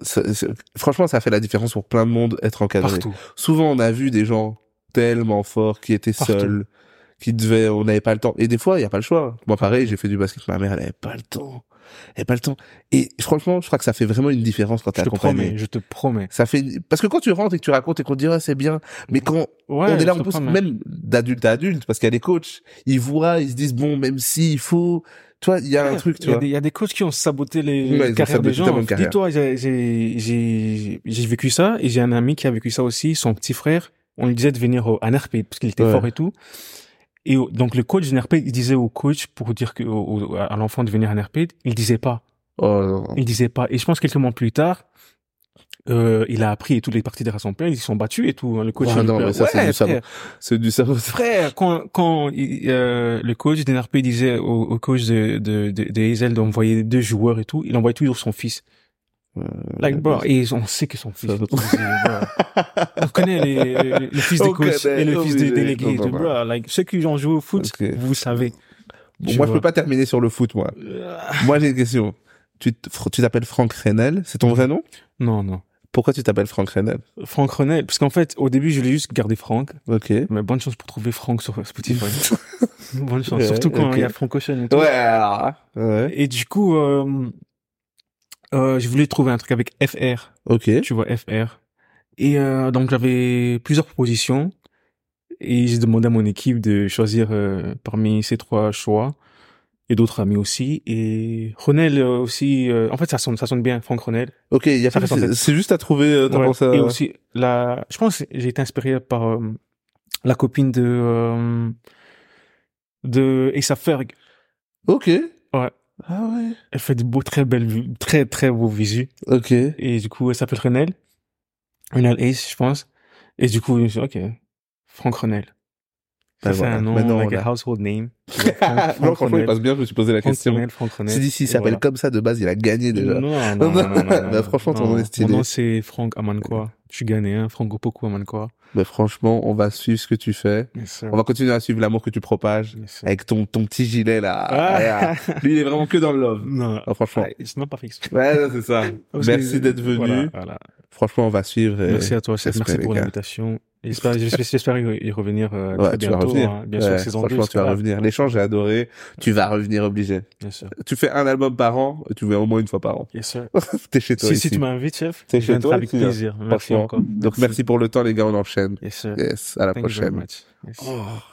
Ça- c'est- franchement, ça a fait la différence pour plein de monde être encadré. Partout. Souvent, on a vu des gens tellement forts qui étaient Partout. seuls, qui devaient, on n'avait pas le temps. Et des fois, il n'y a pas le choix. Moi, pareil, j'ai fait du basket, ma mère, elle n'avait pas le temps. Elle n'avait pas le temps. Et franchement, je crois que ça fait vraiment une différence quand t'es Je te accompagné. promets, je te promets. Ça fait, une- parce que quand tu rentres et que tu racontes et qu'on te dit, ah, c'est bien, mais quand Ouais, on est là, je on te pousse promets. même d'adulte à adulte, parce qu'il y a des coachs, ils voient, ils se disent, bon, même si il faut, tu vois, il y a un truc, Il tu y a vois. des- il y, a des coachs qui ont saboté les Ouais, ils ont carrières des saboté ta gens. bonne carrière. Dis-toi, j'ai- j'ai j'ai- j'ai vécu ça et j'ai un ami qui a vécu ça aussi. Son petit frère, on lui disait de venir au, à NRP parce qu'il était Ouais. fort et tout. Et au- donc le coach de NRP, il disait au coach pour dire que, au- au- à l'enfant de venir à NRP, il disait pas, Oh, non. il disait pas. Et je pense quelques mois plus tard. euh, il a appris et toutes les parties des rassemblements, ils se sont battus et tout. hein, Le coach. Ouais, il a eu Ah non, peur. mais ça, c'est Ouais, du sabot. frère. c'est du sabotage. Frère, quand, quand il- euh, le coach d'NRP disait au, au coach de, de, de, de Hazel d'envoyer deux joueurs et tout, il envoyait toujours son fils. Like, bro, et on sait que son fils. Ça va. il est, bro. on connaît les, les- (laughs) le fils des On coachs connaît, et le fils des obligé. délégués. et Non, tout, non, bro, like, ceux qui ont joué au foot, Ok. vous savez. Bon, Tu moi, je vois. peux pas terminer sur le foot, (laughs) moi. Euh, Moi, j'ai une question. Tu t- fr- tu t'appelles Franck Renel, c'est ton vrai nom Non, non. Pourquoi tu t'appelles Franck Renel Franck René, parce qu'en fait, au début, je voulais juste garder Franck. Ok. Ouais. Mais bonne chance pour trouver Franck sur (laughs) Spotify. bonne chance. Ouais, Surtout quand ok. il y a Franck Ocean et tout. Ouais. Et du coup, euh, euh, je voulais trouver un truc avec FR. Ok. tu vois, FR. Et euh, donc j'avais plusieurs propositions et j'ai demandé à mon équipe de choisir euh, parmi ces trois choix et d'autres amis aussi. Et Ronel euh, aussi, euh, en fait ça sonne, ça sonne bien, Franck Ronel. Ok, il y a pas- Ça reste en c'est- tête. c'est juste à trouver euh, t'as Ouais. pensé à- Et aussi, la, je pense que j'ai été inspiré par euh, la copine de, euh, de Issa Ferg. OK. Ouais. Ah ouais. Elle fait de beaux, très belles, très très beaux visus. OK. (laughs) Et du coup, elle s'appelle Renel. Renel Ace, je pense. Et du coup, je me suis dit, ok, Franck Renel. Ça, Ben c'est voilà. un nom, Maintenant, like on a a- household name. Ah, (laughs) non, Franck franchement, il Renel. passe bien, je me suis posé la Franck question. Renel, Franck Renel. Si d'ici il Et s'appelle voilà. comme ça de base, il a gagné déjà. (laughs) Non, non, non, non, non, non, Bah, non. franchement, ton nom est stylé. Mon nom, c'est Franck Amankwa. Je suis ghanéen, Franco Poku Amankwa. Mais franchement, on va suivre ce que tu fais. On va continuer à suivre l'amour que tu propages avec ton, ton petit gilet là. Ah. Ouais, Lui, il est vraiment que dans le love. (laughs) Non, Ah, franchement. ouais, c'est non pas fait exprès. Ouais, non, c'est ça. (laughs) Parce Merci que- d'être venu. Voilà, voilà. Franchement, on va suivre. et- Merci à toi, chef. j'espère, Merci les pour gars. l'invitation. J'espère, j'espère j'espère y y revenir euh, Ouais, très tu vas bientôt. revenir. hein. Bien Ouais, sûr, saison 2. franchement, tu vas revenir. L'échange, j'ai adoré. Tu vas revenir obligé. Bien sûr. Tu fais un album par an, tu viens au moins une fois par an. (laughs) Yes, sir. T'es chez toi Si, ici. si tu m'invites, chef, C'est je chez viendrai toi avec ici, hein. plaisir. Merci Franchement. encore. Donc merci pour le temps, les gars, on enchaîne. Yes, sir. Yes, à la Thank you very prochaine. much. Yes. Oh.